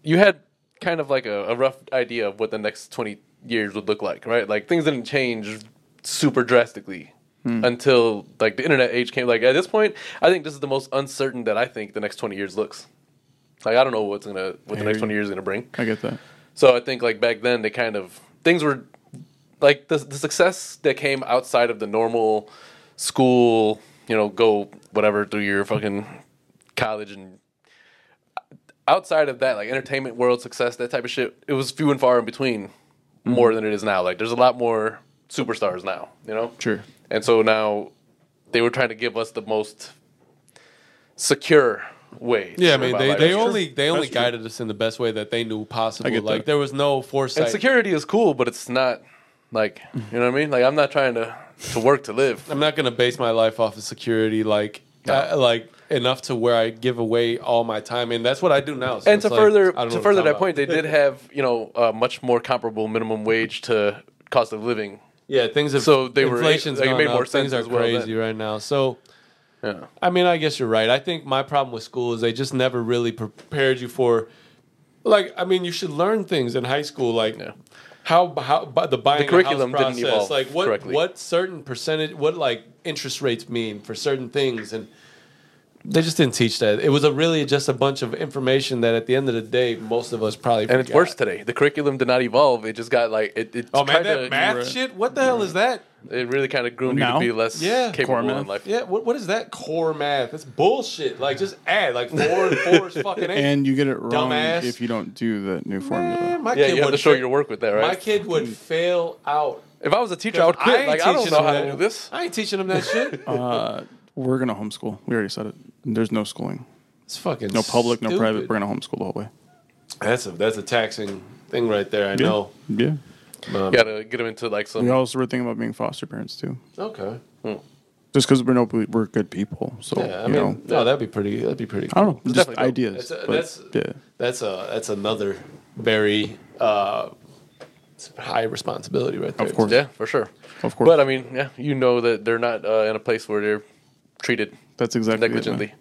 you had kind of like a, a rough idea of what the next 20 years would look like, right? Like things didn't change super drastically. Until like the internet age came, like at this point, I think this is the most uncertain that I think the next twenty years looks. Like I don't know what's gonna what the hear next you. twenty years is gonna bring. I get that. So I think like back then they kind of things were like the the success that came outside of the normal school, you know, go whatever through your fucking college and outside of that, like entertainment world success, that type of shit, it was few and far in between more Mm-hmm. than it is now. Like there's a lot more superstars now, you know? Sure. And so now they were trying to give us the most secure way. to Yeah, I go mean about they, life. they only they only guided us in the best way that they knew possible. I get Like that. there was no foresight. And security is cool, but it's not like you know what I mean. Like *laughs* I'm not trying to to work to live. I'm not gonna base my life off of security. uh, Like I- like enough to where I give away all my time, and that's what I do now. So and it's to like, further I don't know to what further I'm that talking point, about. they did have you know a much more comparable minimum wage to cost of living. yeah, things have So they were- inflation's like, it gone made up, more sense Things are as well then. crazy right now. So Yeah. I mean, I guess you're right. I think my problem with school is they just never really prepared you for, like, I mean, you should learn things in high school, like Yeah. how how by the buying a house curriculum didn't process, evolve like what correctly. what certain percentage, what like interest rates mean for certain things, and they just didn't teach that. It was a really just a bunch of information that at the end of the day, most of us probably And it's forgot. worse today. The curriculum did not evolve. It just got like it. it Oh man, kinda- that math shit! What the hell is that? It really kind of groomed Now? you to be less Yeah. capable Core math. in life. Yeah, what, what is that core math? That's bullshit. Like, just add like four and four is fucking eight. And you get it wrong Dumbass. if you don't do the new Eh, formula. my Yeah, kid you have would to show fa- your work with that, My right? kid would fail out. If I was a teacher, I would quit. like I don't teaching know him how that. to do this. I ain't *laughs* teaching him that shit. Uh, we're gonna homeschool. We already said it. There's no schooling. It's fucking No public, no stupid. private. We're gonna homeschool the whole way. That's a that's a taxing thing right there. I know. Yeah. You gotta get them into like some. We also were thinking about being foster parents too, Okay. just because we're no, we're good people. So Yeah, I you mean, know, no, that'd be pretty. That'd be pretty. I don't know. just definitely dope. ideas. That's a- but, that's- yeah. That's a that's another very uh, high responsibility right there. Of course. Yeah, for sure. Of course. But I mean, yeah, you know that they're not uh, in a place where they're treated That's exactly it, man. negligently.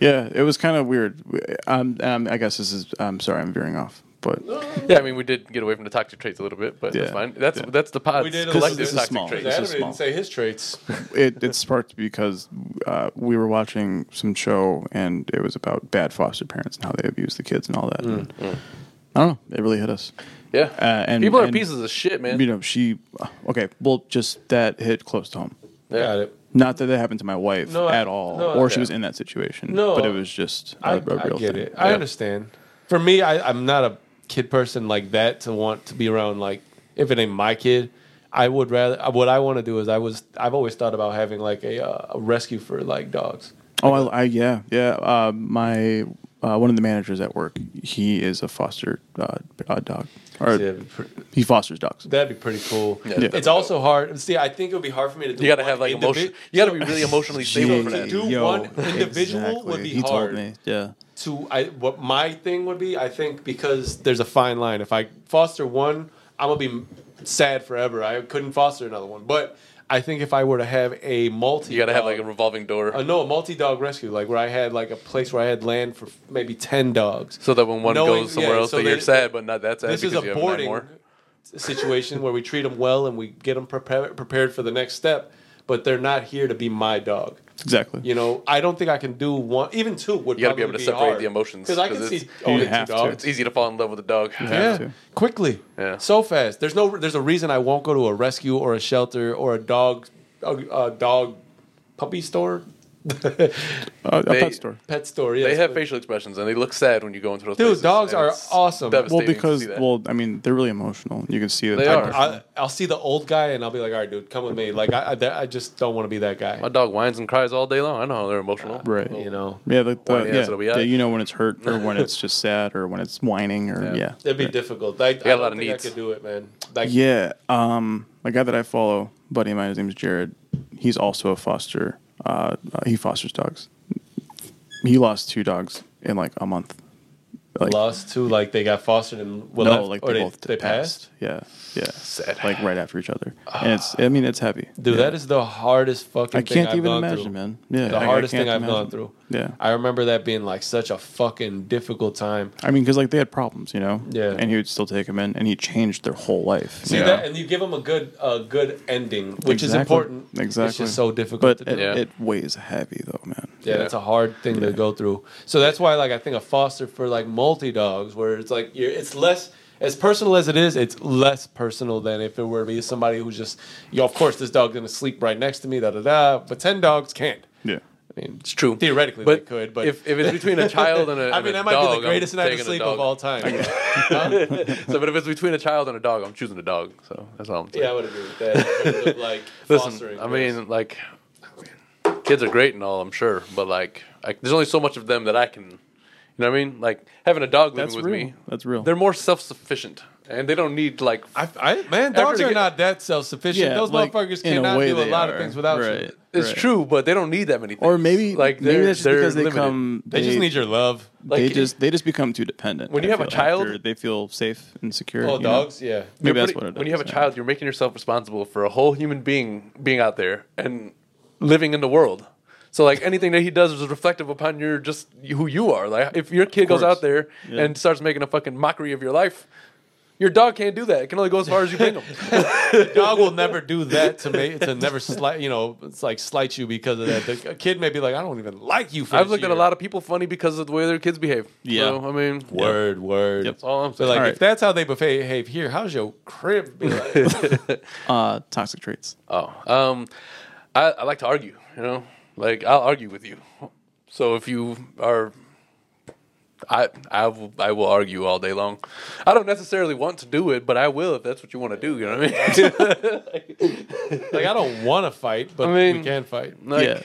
Yeah, it was kind of weird. Um, um, I guess this is. I'm sorry, I'm veering off, but Yeah, I mean, we did get away from the toxic traits a little bit, but that's Yeah. fine. That's Yeah. that's the pod's We did a little collective bit. This is toxic small. traits. This Adam is small. didn't say his *laughs* traits. *laughs* it, it sparked because uh, we were watching some show and it was about bad foster parents and how they abuse the kids and all that. And I don't know. It really hit us. Yeah, Uh, and- people are and- pieces of shit, man. You know, she. Okay, well, just that hit close to home. Got it. Not that that happened to my wife No, I- at all, no, I- or she yeah. was in that situation. No, but it was just a I, a real I get thing. it. I Yeah. understand. For me, I, I'm not a kid person like that to want to be around. Like, if it ain't my kid, I would rather. uh, What I want to do is, I was. I've always thought about having like a, uh, a rescue for like dogs. Oh, I, I yeah, yeah. Uh, my uh, one of the managers at work, he is a foster uh, uh, dog, or Yeah, that'd be pre- he fosters dogs. that'd be pretty cool. Yeah. It's also hard. See, I think it would be hard for me to do. you gotta one have like individ- emotion. You gotta be really emotionally stable for to that. do one individual would be he hard. Told me. Yeah, to I what my thing would be, I think because there's a fine line. If I foster one, I'm gonna be sad forever. I couldn't foster another one. But I think if I were to have a multi, You gotta have like a revolving door, Um, a, Uh, no a multi dog rescue, like where I had like a place where I had land for maybe ten dogs. so that when one knowing- goes somewhere yeah, else, so that you're they- sad, but not that sad this because is you a have nine boarding more. *laughs* situation where we treat them well and we get them prepared prepared for the next step. But they're not here to be my dog. exactly. You know, I don't think I can do one, even two would. You gotta be able to separate hard. the emotions, because I 'cause can it's- see only two have to. dogs. It's easy to fall in love with a dog. have Yeah, to. quickly. Yeah. So fast. There's no. There's a reason I won't go to a rescue or a shelter or a dog, a, a dog, puppy store, *laughs* Uh, a They- pet store. pet store. Yes, They have but- facial expressions and they look sad when you go into those. Dude, places, dogs and are it's awesome. Well, Well, devastating to because see that. well, I mean, they're really emotional. You can see it. They are. I, I'll see the old guy and I'll be like, all right, dude, come with me. Like I, I, that- I just don't want to be that guy. my dog whines and cries all day long. I know how they're emotional. Right. You know, Yeah, the, the, Whiny ass yeah, little yeah, guy. You know when it's hurt, or when it's just sad, or when it's whining, or yeah, it'd be difficult. Like, I a don't lot of think needs. I could do it, man. Like, Yeah. Um, a guy that I follow, buddy of mine, his name's Jared. He's also a foster. Uh, uh, he fosters dogs. He lost two dogs in like a month. Like, lost to like they got fostered and well, no, left- like or they, both passed. Yeah, yeah. Sad. Like right after each other, and it's. I mean, it's heavy. Ah. Dude, Yeah. that is the hardest fucking I thing can't I've even gone imagine, through. man. Yeah, the I- I hardest can't thing I've imagine. gone through. Yeah. I remember that being like such a fucking difficult time. I mean, because like they had problems, you know. Yeah. And he would still take them in, and he changed their whole life. See you know? that, and you give them a good, a good ending, which is Exactly. important. it's Exactly. just so difficult. But to it, do. Yeah. it weighs heavy though, man. yeah, that's a hard thing to go through. So that's why, like, I think a foster for like multi dogs, where it's like you're, it's less as personal as it is. It's less personal than if it were to be somebody who's just, you know, of course this dog's gonna sleep right next to me, da da da. But ten dogs can't. Yeah. I mean, It's true. Theoretically, but they could, but- if, if it's between a child and a, *laughs* I and mean, a that might dog, be the greatest I'm night of taking a sleep dog. of all *laughs* time. So, but if it's between a child and a dog, I'm choosing a dog. So that's all I'm saying. Yeah, I would agree with that. In terms of, like *laughs* Listen, fostering I girls. mean, like, kids are great and all, I'm sure, but like, I, there's only so much of them that I can. You know what I mean? Like having a dog living That's with real. me. That's real. They're more self-sufficient. and they don't need like I, I, man, dogs Everybody are get- not that self sufficient. Those like, motherfuckers in cannot way do a they lot of are. things without right, you. it's right. true, but they don't need that many. Things. Or maybe like maybe they're- that's just they're because they limited. come They just need your love. Like, they just they just become too dependent. When you I have a feel, child- after they feel safe and secure. Oh, you know? dogs, yeah. you're Maybe that's putting- what it When you have a is, yeah. child, you're making yourself responsible for a whole human being being out there and living in the world. So like anything that he does is reflective upon your just who you are. Like if your kid goes course. out there Yeah. and starts making a fucking mockery of your life, your dog can't do that. It can only go as far as you bring *laughs* him. dog will never do that to me. To never slight, you know, it's like slight you because of that. The, a kid may be like, I don't even like you. For I've looked at a lot of people funny because of the way their kids behave. Yeah. So, I mean, word, word. that's all I'm So saying. like, Alright. if that's how they behave here, how's your crib? Be like, *laughs* uh, toxic traits. Oh, um, I, I like to argue. You know, like I'll argue with you. So if you are, I I will I will argue all day long. I don't necessarily want to do it, but I will if that's what you want to do. You know what I mean? *laughs* like, I don't want to fight, but I mean- we can fight. like, Yeah.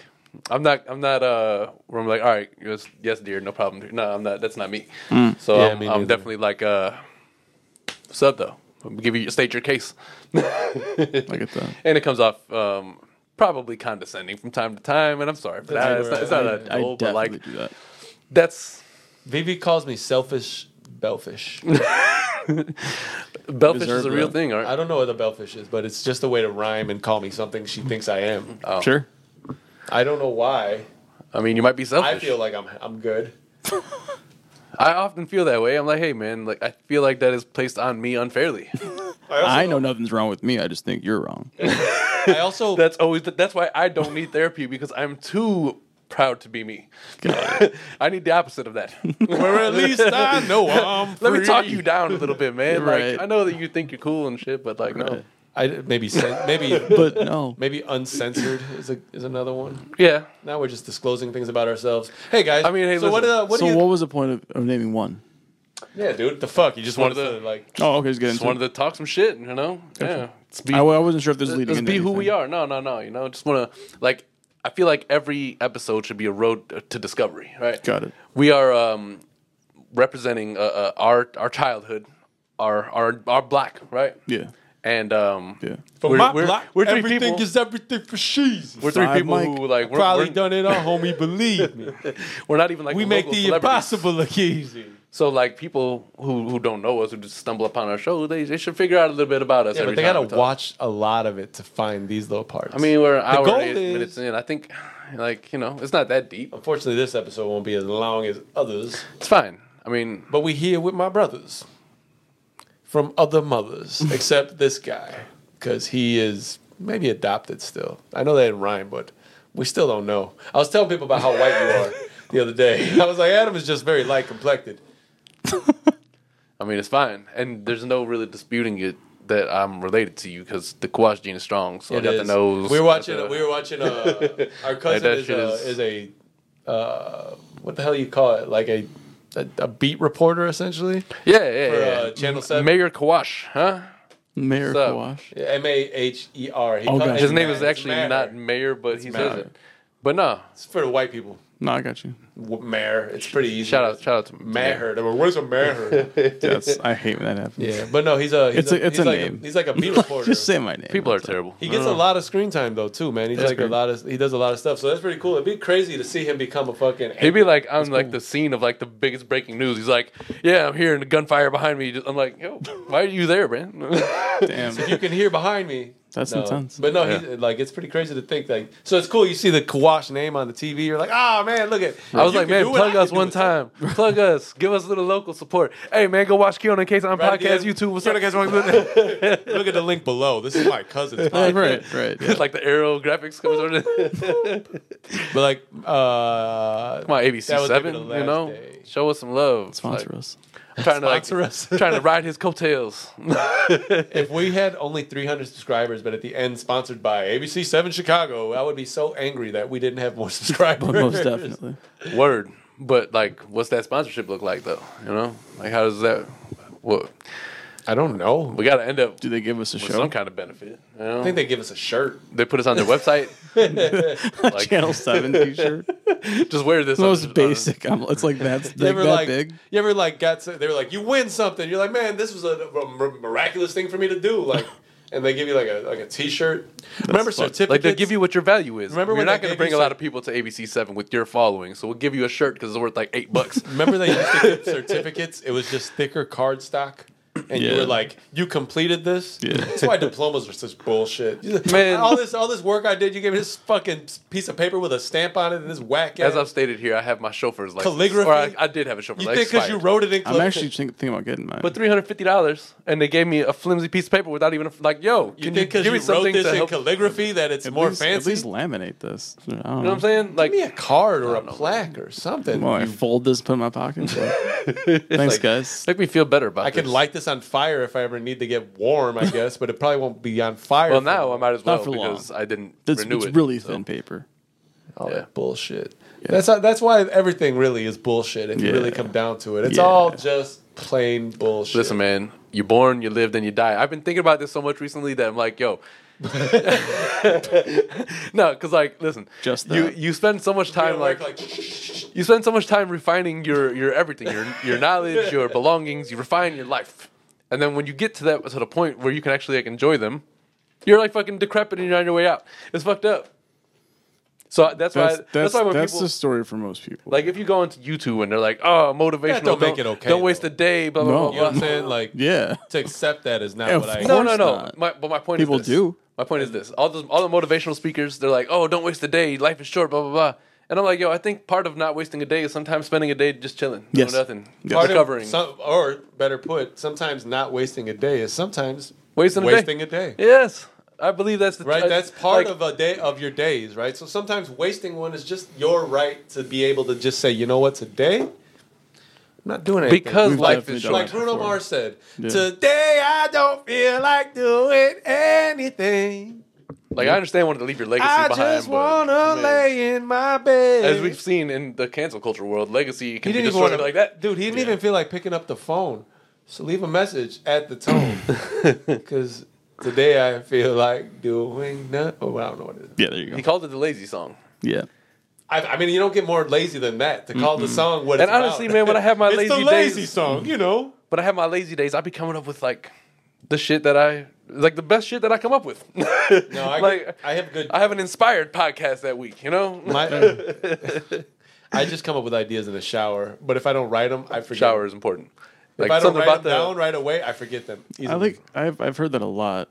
I'm not. I'm not. Uh, where I'm like, all right, yes, yes, dear, no problem. Dear. No, I'm not. That's not me. Mm. So Yeah, I'm, me I'm neither. definitely like, uh, what's up though? Give you state your case. I get that. and it comes off um, probably condescending from time to time. And I'm sorry for that. It's not, it's not a I Oh, goal, definitely but like do that. that's Vivi calls me selfish bellfish. bellfish is Deserve a real that. thing, aren't? I don't know what the bellfish is, but it's just a way to rhyme and call me something she thinks I am. Uh, Sure. I don't know why. I mean, you might be selfish. I feel like I'm I'm good. I often feel that way. I'm like, hey, man, like I feel like that is placed on me unfairly. I also, I know nothing's wrong with me. I just think you're wrong. I *laughs* also that's always that's why I don't need therapy because I'm too proud to be me. *laughs* I need the opposite of *laughs* that. or at least I know I'm. *laughs* Let me talk free. you down a little bit, man. Right. Like I know that you think you're cool and shit, but like no, Right. I, maybe cen- maybe But no, *laughs* maybe uncensored is a, is another one. yeah. Now we're just disclosing things about ourselves. Hey guys, I mean, hey, so what? listen. Uh, what so do you? what was the point of, of naming one? yeah, dude, the fuck? You just wanted wanted to like. Oh, okay, just get Just into wanted it. to talk some shit, you know? Yeah. It's be- I, I wasn't sure if this was leading Let's into be who we anything. are. No, no, no. You know, just want to like. I feel like every episode should be a road to discovery. Right. Got it. We are um, representing uh, uh, our our childhood, our our our black right. Yeah, And um, yeah. We're, my we're, block, we're three everything people. is everything for she's. we're three Five people mic. who like we're, Probably we're, done it all, homie. Believe me, we're not even like we the make local the celebrities. impossible look easy. So like people who who don't know us who just stumble upon our show, they, they should figure out a little bit about us. Yeah, every but they time gotta we talk. watch a lot of it to find these little parts. I mean, we're an hour goal and eight is- minutes in. I think, like you know, it's not that deep. unfortunately, this episode won't be as long as others. It's fine. I mean, But we here with my brothers from other mothers, except this guy, because he is maybe adopted still. I know that didn't rhyme, but we still don't know. I was telling people about how white you are the other day. *laughs* I was like, Adam is just very light complected. I mean, it's fine, and there's no really disputing it that I'm related to you because the Kawash gene is strong. So I It got the is. nose. We were watching. got the- we were *laughs* watching. Uh, our cousin that is, shit a, is- is a uh, what the hell you call it? Like a a, a beat reporter essentially. yeah, yeah, For, yeah. uh, Channel 7. Mayor Kawash, huh? Mayor So- Kawash. M a h e r. He Oh, calls God. it His name is Matter. It's actually Matter. not Mayor, but he says Matter. it. But no, It's for the white people. No, I *laughs* got you. W- Mayor. It's pretty easy. shout out, shout out to Maher. They were, Where's a *laughs* Maher? That's, I hate when that happens. yeah, but no, he's a. He's It's a- it's he's a like name. he's like a *laughs* beat reporter. Just say my name. People are That's all. terrible. He gets a lot of screen time though too, man. He's like great. a lot of he does a lot of stuff, so that's pretty cool. It'd be crazy to see him become a fucking. *laughs* He'd be like on like the scene of like the biggest breaking news. He's like, "Yeah, I'm here, and the gunfire behind me." Just- I'm like, "Yo, why are you there, man?" *laughs* Damn. you can hear behind me. That's No. intense. But no, he's, like it's pretty crazy to think like. So it's cool. You see the Kawash name on the TV. You're like, oh man, look at. I was you like, can man, do it, I plug can us do one it." time. plug us. Give us a little local support. Hey, man, go watch Keona and Case on Right podcast, at the end. YouTube. What's Right up? at the end. *laughs* Look at the link below. This is my cousin's podcast. *laughs* Oh, right, right. *laughs* yeah. It's like the arrow graphics comes over. But like, uh, *laughs* My ABC That was maybe Seven, the you last know, day. show us some love. Sponsor Like, *laughs* us. trying to like, Sponsor us. *laughs* trying to ride his coattails. if we had only 300 subscribers, but at the end sponsored by ABC Seven Chicago, I would be so angry that we didn't have more *laughs* subscribers. Most definitely. Word, but like, what's that sponsorship look like though? You know, like how does that? What I don't know. we got to end up Do they give us a with show? some kind of benefit. You know? I think they give us a shirt. *laughs* they put us on their website. Channel Seven T-shirt. Just wear this. on- most on- basic. emblem. It's like that's You like, ever that like big. you ever like got so- they were like you win something you're like man this was a, a mir- miraculous thing for me to do like and they give you like a like a t-shirt remember certificates Like they give you what your value is. Remember Remember, we're when not they going gave to bring you a lot cer- of people to ABC Seven with your following, so we'll give you a shirt because it's worth like eight bucks. *laughs* Remember they used to get certificates? It was just thicker card stock. And you Yeah. were like, you completed this? Yeah. That's why diplomas are such bullshit. *laughs* Man. All this all this work I did, you gave me this fucking piece of paper with a stamp on it and this whack As I've ass. stated here, I have my chauffeur's license. Calligraphy? Or I, I did have a chauffeur's You license. think because you expired. wrote it in I'm actually think, thinking about getting mine. But three hundred fifty dollars, and they gave me a flimsy piece of paper without even a, like, yo, you can you, think because give you, me wrote something to this in help? You calligraphy that it's at more least, fancy? At least laminate this. I don't know what I'm saying? Like, Give me a card or a plaque or something. Well, I You- fold this, put it in *laughs* my pocket. Thanks, guys. make me feel better about. I can this. light this on fire if I ever need to get warm, I guess, but it probably won't be on fire. Well, for now I might as well for long. because I didn't It's, renew it's it. really so. thin paper. all Yeah. that bullshit. That's how, that's why everything really is bullshit. If Yeah. you really come down to it, it's Yeah. all just plain bullshit. Listen, man, you born, you lived, and you die. I've been thinking about this so much recently that I'm like, *laughs* yo. no, because like, listen, Just you that. you spend so much You time know, like, you spend so much time refining your your everything, your your knowledge, *laughs* your belongings. You refine your life, and then when you get to that to the point where you can actually like enjoy them, you're like fucking decrepit and you're on your way out. It's fucked up. So that's why That's that's, that's, why when that's people the story for most people. like if you go into YouTube and they're like, oh, motivational, don't make it okay, Don't waste though. a day. Blah blah No. blah. you know blah. what I'm *laughs* saying? Like yeah, to accept that is not Yeah, what of I. course. No, no, no. not. My, but my point People is this. do. My point is this. All those, all the motivational speakers, they're like, "Oh, don't waste a day. Life is short." Blah blah blah. And I'm like, "Yo, I think part of not wasting a day is sometimes spending a day just chilling, Yes. doing nothing, Yes. Part of recovering." some- or better put, sometimes not wasting a day is sometimes Wasting a day. wasting a day. yes, I believe that's the Right, I- that's part like, of a day of your days, right? So sometimes wasting one is just your right to be able to just say, you know what, today I'm not doing anything Because We've life definitely is done short. Like Bruno before. Mars said, Yeah. "Today I don't feel like doing anything. Like I understand wanting to leave your legacy I behind, just but, man, wanna lay in my bed." as we've seen in the cancel culture world, legacy he can be didn't even destroyed want to like that. dude. He didn't even feel like picking up the phone, so leave a message at *laughs* the tone. *laughs* Because today I feel like doing nothing. Oh, well, I don't know what it is. yeah, there you go. He called it the lazy song. yeah, I, I mean, you don't get more lazy than that to call the song what. And it's honestly, about. man, when I have my *laughs* it's the lazy lazy days- song, you know. But I have my lazy days. I be coming up with like the shit that I like the best shit that I come up with. no, No, I, *laughs* like I have good. I have an inspired podcast that week, you know? *laughs* My, Mm. *laughs* I just come up with ideas in the shower, but if I don't write them, I *laughs* forget. Shower is important. If Like I don't something write about them the down right away, I forget them. I like I've I've heard that a lot.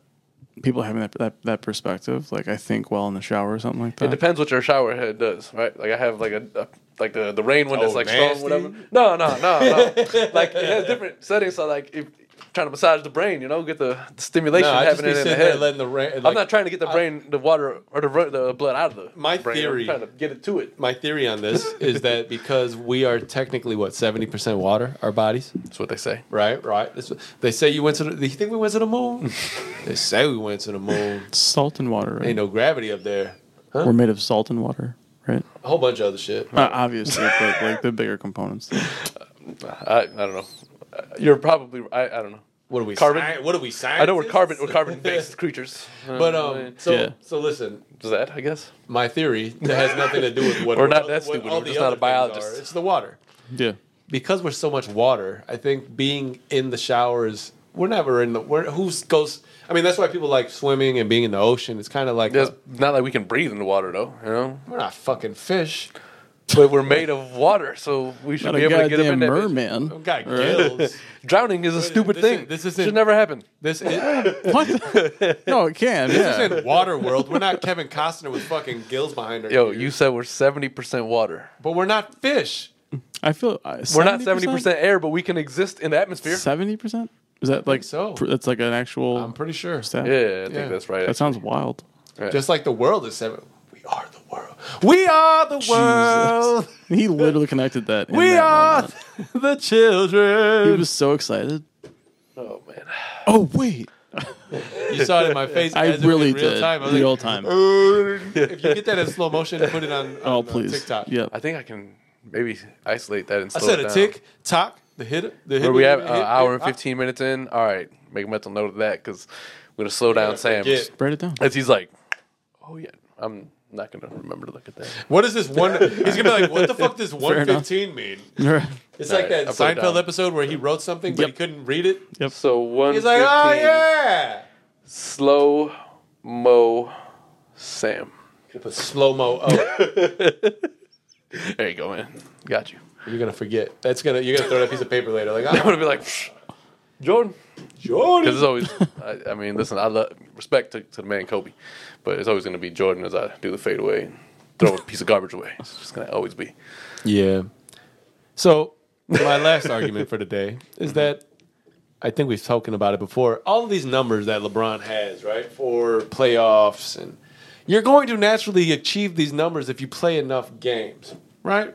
People having that that, that perspective, like I think while in the shower or something like that. it depends what your shower head does, right? Like I have like a, a- like the, the rain one Oh, that's like nasty. strong, whatever. No, no, no, *laughs* no. like it has different settings. So like if trying to massage the brain, you know, get the, the stimulation no, I just be happening in sitting the there head. letting the rain. I'm not trying to get the brain, the water or the ru- the blood out of the My brain. theory- I'm trying to get it to it. My theory *laughs* on this is that because we are technically what seventy percent water, our bodies, That's what they say. right? Right. That's what- they say you went to. The, you think we went to the moon? *laughs* they say we went to the moon. salt and water. Right? Ain't no gravity up there. Huh? We're made of salt and water, right? A whole bunch of other shit. Uh, obviously, but like the bigger components. I, I don't know. Uh, You're probably I, I don't know. What are we? Carbon? sci- what are we? Scientists? I know we're carbon we're carbon *laughs* based creatures. But um, so Yeah. so listen, is that I guess my theory that has nothing to do with what *laughs* We're not what- that what stupid. all We're the just not other a biologist. things are. It's the water. *laughs* Yeah, Because we're so much water, I think being in the showers, we're never in the. We're, who goes? I mean, that's why people like swimming and being in the ocean. It's kind of like it's uh, not like we can breathe in the water though. You know, we're not fucking fish. but we're made of water, so we should not be a able to get up in goddamn that. bitch. merman. We *laughs* got Right. gills. Drowning is a stupid this thing. is- this this isn't- should never happen. this is What? no, it can. this Yeah. is water world. We're not Kevin Costner with fucking gills behind her. Yo, ears. you said we're seventy percent water. But we're not fish. I feel uh, We're not seventy percent air, but we can exist in the atmosphere. Seventy percent? Is that like so. pr- that's like an actual I'm pretty sure. stat. Yeah, I think Yeah. that's right. That sounds wild. Just like the world is seven. We are the world. We are the *laughs* world. He literally connected that. in We that are moment. the children. He was so excited. oh man, Oh wait, You saw *laughs* it in my face. I as it really was in real did. Time. I was real like, time. if you get that in slow motion, put it on, on oh uh, please. TikTok. I Yep. think I can maybe isolate that and I slow said it a down. tick tock. The hit. The hit. Where we hit- have an hit- hour and hit- 15 minutes in. All right, make a mental note of that because we're gonna slow down Sam forget. Write it down. as he's like, "Oh yeah, I'm I'm not gonna remember to look at that. *laughs* What is *laughs* this one? He's gonna be like, what the fuck does one fifteen mean? *laughs* It's All like right, that I'll put it Seinfeld down. episode where he wrote something but he couldn't read it. So one. He's like, oh yeah. Slow mo, Sam. Put slow mo. Oh, There you go, man. Got you. *laughs* you're gonna forget. That's gonna you're gonna throw that piece of paper later. Like, I'm oh, *laughs* gonna be like, "Psh, Jordan. Because Jordan. it's always, *laughs* I, I mean, listen, I love respect to, to the man Kobe, but it's always going to be Jordan as I do the fadeaway and throw a piece of garbage away. It's just going to always be. Yeah. So my last argument for today Mm-hmm. is that I think we've spoken about it before. All of these numbers that LeBron has, right, for playoffs, and you're going to naturally achieve these numbers if you play enough games, right?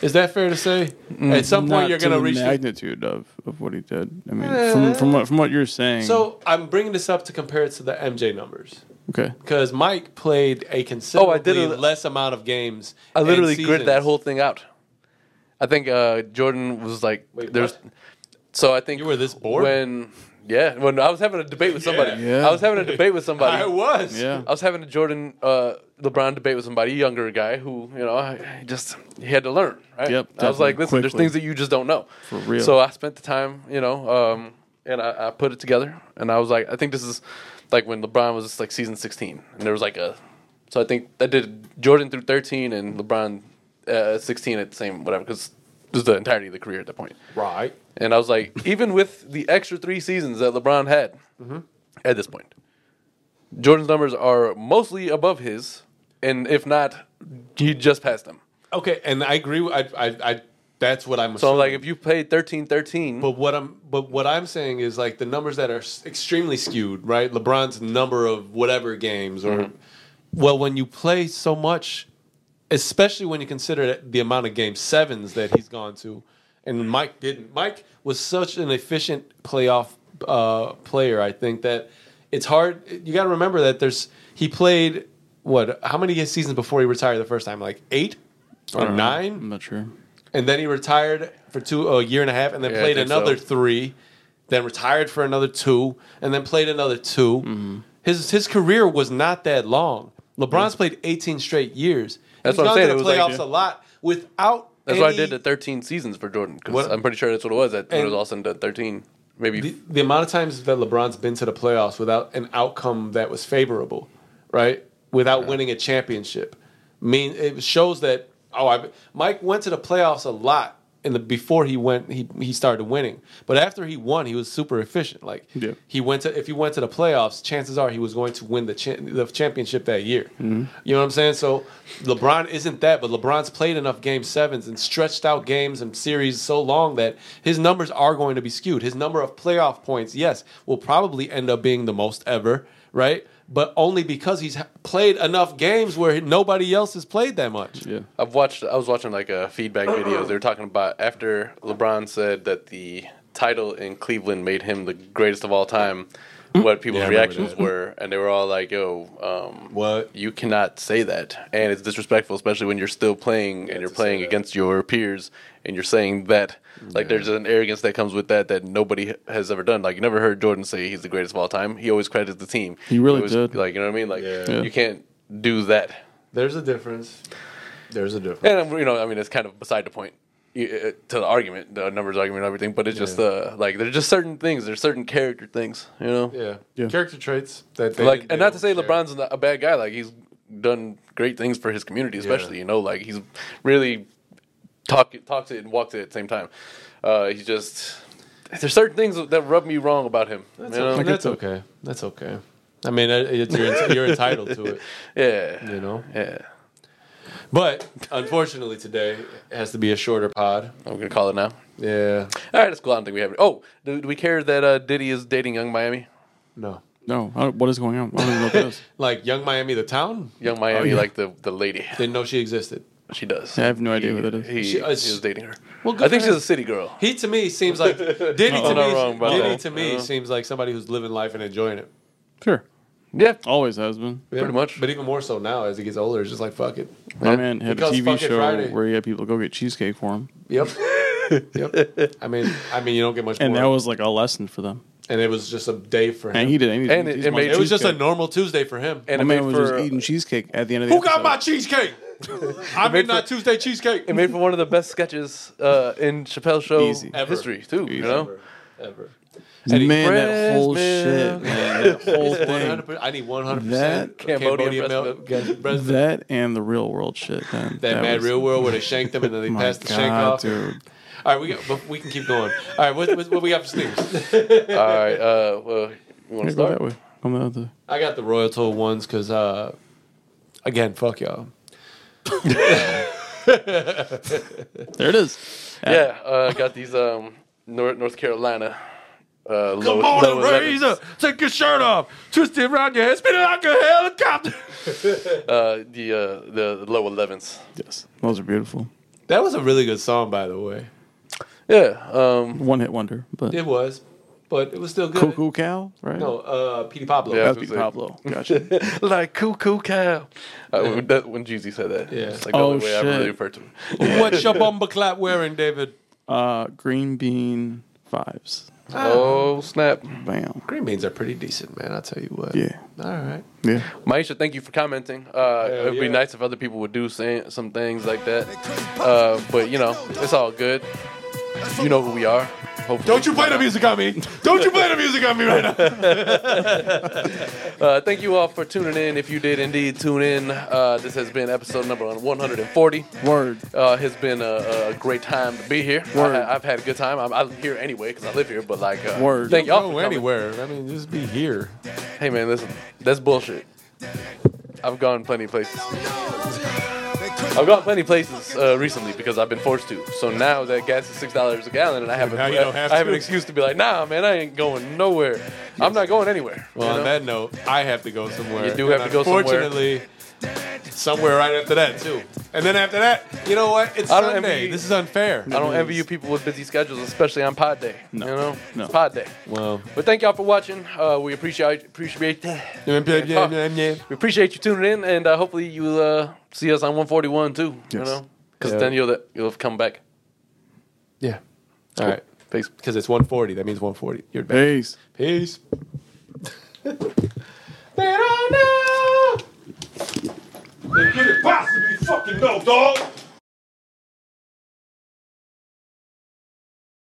Is that fair to say? Mm-hmm. At some point, Not you're to going to the reach. the- Uh, magnitude of, of what he did. I mean, from, from what from what you're saying. so I'm bringing this up to compare it to the MJ numbers. okay, Because Mike played a considerably Oh, a- less amount of games. I and literally grit that seasons. whole thing out. I think uh, Jordan was like, Wait, there's. what? So I think You were this bored? when, yeah, when I was having a debate with somebody. Yeah. I was having a debate with somebody. *laughs* *laughs* I was. yeah, I was having a Jordan uh, LeBron debate with somebody, a younger guy who, you know, I I just he had to learn, right? Yep, I was like, definitely, listen, there's quickly. things that you just don't know. For real. So I spent the time, you know, um, and I, I put it together, and I was like, I think this is like when LeBron was like season 16, and there was like a, so I think I did Jordan through 13 and LeBron uh, 16 at the same whatever because this is the entirety of the career at that point. Right. And I was like, even with the extra three seasons that LeBron had Mm-hmm. at this point, Jordan's numbers are mostly above his, and if not, he just passed them. Okay, and I agree. with- I, I, I that's what I'm. So I'm assuming. like, if you played 13 13, But what I'm but what I'm saying is like the numbers that are s- extremely skewed, right? LeBron's number of whatever games or Mm-hmm. well, when you play so much, especially when you consider that the amount of game sevens that he's gone to, and Mike didn't. Mike was such an efficient playoff uh, player. I think that it's hard. You got to remember that there's he played what how many seasons before he retired the first time? Like eight Uh-huh. or nine? I'm not sure. and then he retired for two a year and a half, and then Yeah, I played think another so. three, then retired for another two, and then played another 2 Mm-hmm. His his career was not that long. LeBron's played eighteen straight years. That's what He's I'm gone saying, To it the was like- playoffs a lot without. that's why I any- did the 13 seasons for Jordan, because What- I'm pretty sure that's what it was. That when it was and- all said and done, 13, maybe. the, the amount of times that LeBron's been to the playoffs without an outcome that was favorable, right? Without winning a championship, mean it shows that oh, I, Mike went to the playoffs a lot in the before he went he he started winning, but after he won, he was super efficient. Like Yeah. he went to if he went to the playoffs, chances are he was going to win the cha- the championship that year. Mm-hmm. You know what I'm saying? So LeBron isn't that, but LeBron's played enough game sevens and stretched out games and series so long that his numbers are going to be skewed. His number of playoff points, yes, will probably end up being the most ever, right? But only because he's ha- played enough games where nobody else has played that much. Yeah, I've watched. I was watching like a *clears throat* feedback videos. They were talking about after LeBron said that the title in Cleveland made him the greatest of all time. What people's Yeah, I remember reactions that. were, and they were all like, "Yo, um, What? you cannot say that, and it's disrespectful, especially when you're still playing and you're to playing say that. against your peers, and you're saying that like there's an arrogance that comes with that that nobody has ever done. Like you never heard Jordan say he's the greatest of all time. He always credits the team. He really always- did. Like you know what I mean? Like Yeah. Yeah. you can't do that. There's a difference. There's a difference. And um, you know, I mean, it's kind of beside the point you- uh, to the argument, the numbers argument, and everything. But it's just the like there's just certain things, there's certain character things, you know. Yeah. Yeah. Character traits that they Like, didn't and do. not to say Yeah. LeBron's not a bad guy. Like he's done great things for his community, especially. You know, like he's really talk talks it and walks it at the same time. Uh, he's just there's certain things that rub me wrong about him. That's, you know? okay. get that's that. okay. That's okay. I mean, it- it's, you're, you're entitled to it, yeah, you know. yeah. But unfortunately, today has to be a shorter pod. I'm gonna call it now. Yeah. All right, it's cool. I don't think we have. Oh, do, do we care that uh, Diddy is dating Young Miami? No. no, I don't- what is going on? I don't even know what that is. Like Young Miami, the town Young Miami, like the the lady. didn't know she existed. She does. I have no idea what that is. He, She- uh, he she- was dating her. Well, good I think for she's him. a city girl. He to me *laughs* seems like Diddy I'm to not me. wrong about Diddy that. to me Yeah. seems like somebody who's living life and enjoying it. *laughs* Sure, Yeah. always has been. Yeah. Pretty much. But even more so now as he gets older, it's just like fuck it. My man had a Because TV fucking show Friday. where he had people go get cheesecake for him, *laughs* Yep. yep. I mean, I mean, you don't get much and that more. was like a lesson for them. and it was just a day for him. And he did. And, he, And it- he's it my made- it was just a cheesecake. normal Tuesday for him. and it My made man was for just eating cheesecake at the end of the Who got episode. my *laughs* cheesecake? I mean, made not for- Tuesday cheesecake. it made for one of the best sketches uh, in Chappelle's show Easy. Ever. history too. You know, ever, ever. man, that whole Eddie shit, *laughs* man, that *laughs* whole thing, 100%, I need one hundred That- percent Cambodian Cambodian milk. That, that, that and the real world shit. Man. mad was- real world where *laughs* they shanked them and then they My passed the shank God, off. dude. All right, we got, but we can keep going. All right, what, what, what we got for sneakers? *laughs* all right. Uh, well, you want to Yeah, go that start? way. Come the other. I got the Royal Toll ones because, uh, again, fuck y'all. There it is. Yeah, uh, I got these um, North, North Carolina. Uh, Come low, on, low and raise 11s. up. Take your shirt off. Twist it around your head. Spin it like a helicopter. Uh, the uh, the low 11s. Yes, those are beautiful. That was a really good song, by the way. Yeah. *laughs* Um, One hit wonder, but It was, but it was still good. cuckoo cow, right? No, uh, Petey Pablo. Yeah. That's Pete Pablo. *laughs* Gotcha. like cuckoo cow. Uh, when- that, when Jeezy said that, Yeah. it's like the Oh, only way I really shit. referred to him. What's your bumper clap wearing, David? uh, green bean fives. Oh snap! Bam. Green beans are pretty decent, man. I'll tell you what. Yeah. All right. Yeah. Maisha, thank you for commenting. Uh, Hell it'd be yeah. nice if other people would do say, some things like that. Uh, but you know, it's all good. You know who we are. Hopefully. Don't you play the music on me. Don't you play the music on me right now. *laughs* Uh, thank you all for tuning in. If you did indeed tune in, uh, this has been episode number 140. Word. Uh, it's been a, a great time to be here. Word. I, have had a good time. I'm, I'm here anyway because I live here. But like, uh, Word. Thank y'all for Go coming. anywhere. I mean, just be here. Hey man, listen, that's bullshit. I've gone plenty of places. I've gone plenty of places uh, recently because I've been forced to. So now that gas is six dollars a gallon, and I have, a, Now you don't have I have an to. excuse to be like, nah, man, I ain't going nowhere. I'm not going anywhere. you Well, know? on that note, I have to go somewhere. You do have And to go somewhere. Unfortunately, somewhere right after that too. And then after that, you know what? It's I don't envy Sunday. you. This is unfair. I don't envy you people with busy schedules, especially on pod day. No. You know, No. it's pod day. Well, But thank y'all for watching. Uh, we appreciate appreciate we appreciate you tuning in, and uh, hopefully you'll uh, see us on 141 too. You Yes. know, because Yeah. then you'll you'll come back. yeah. All right. Peace. Because it's 140. That means 140. You're back. Peace. Peace. they don't know. They couldn't possibly fucking know, dog.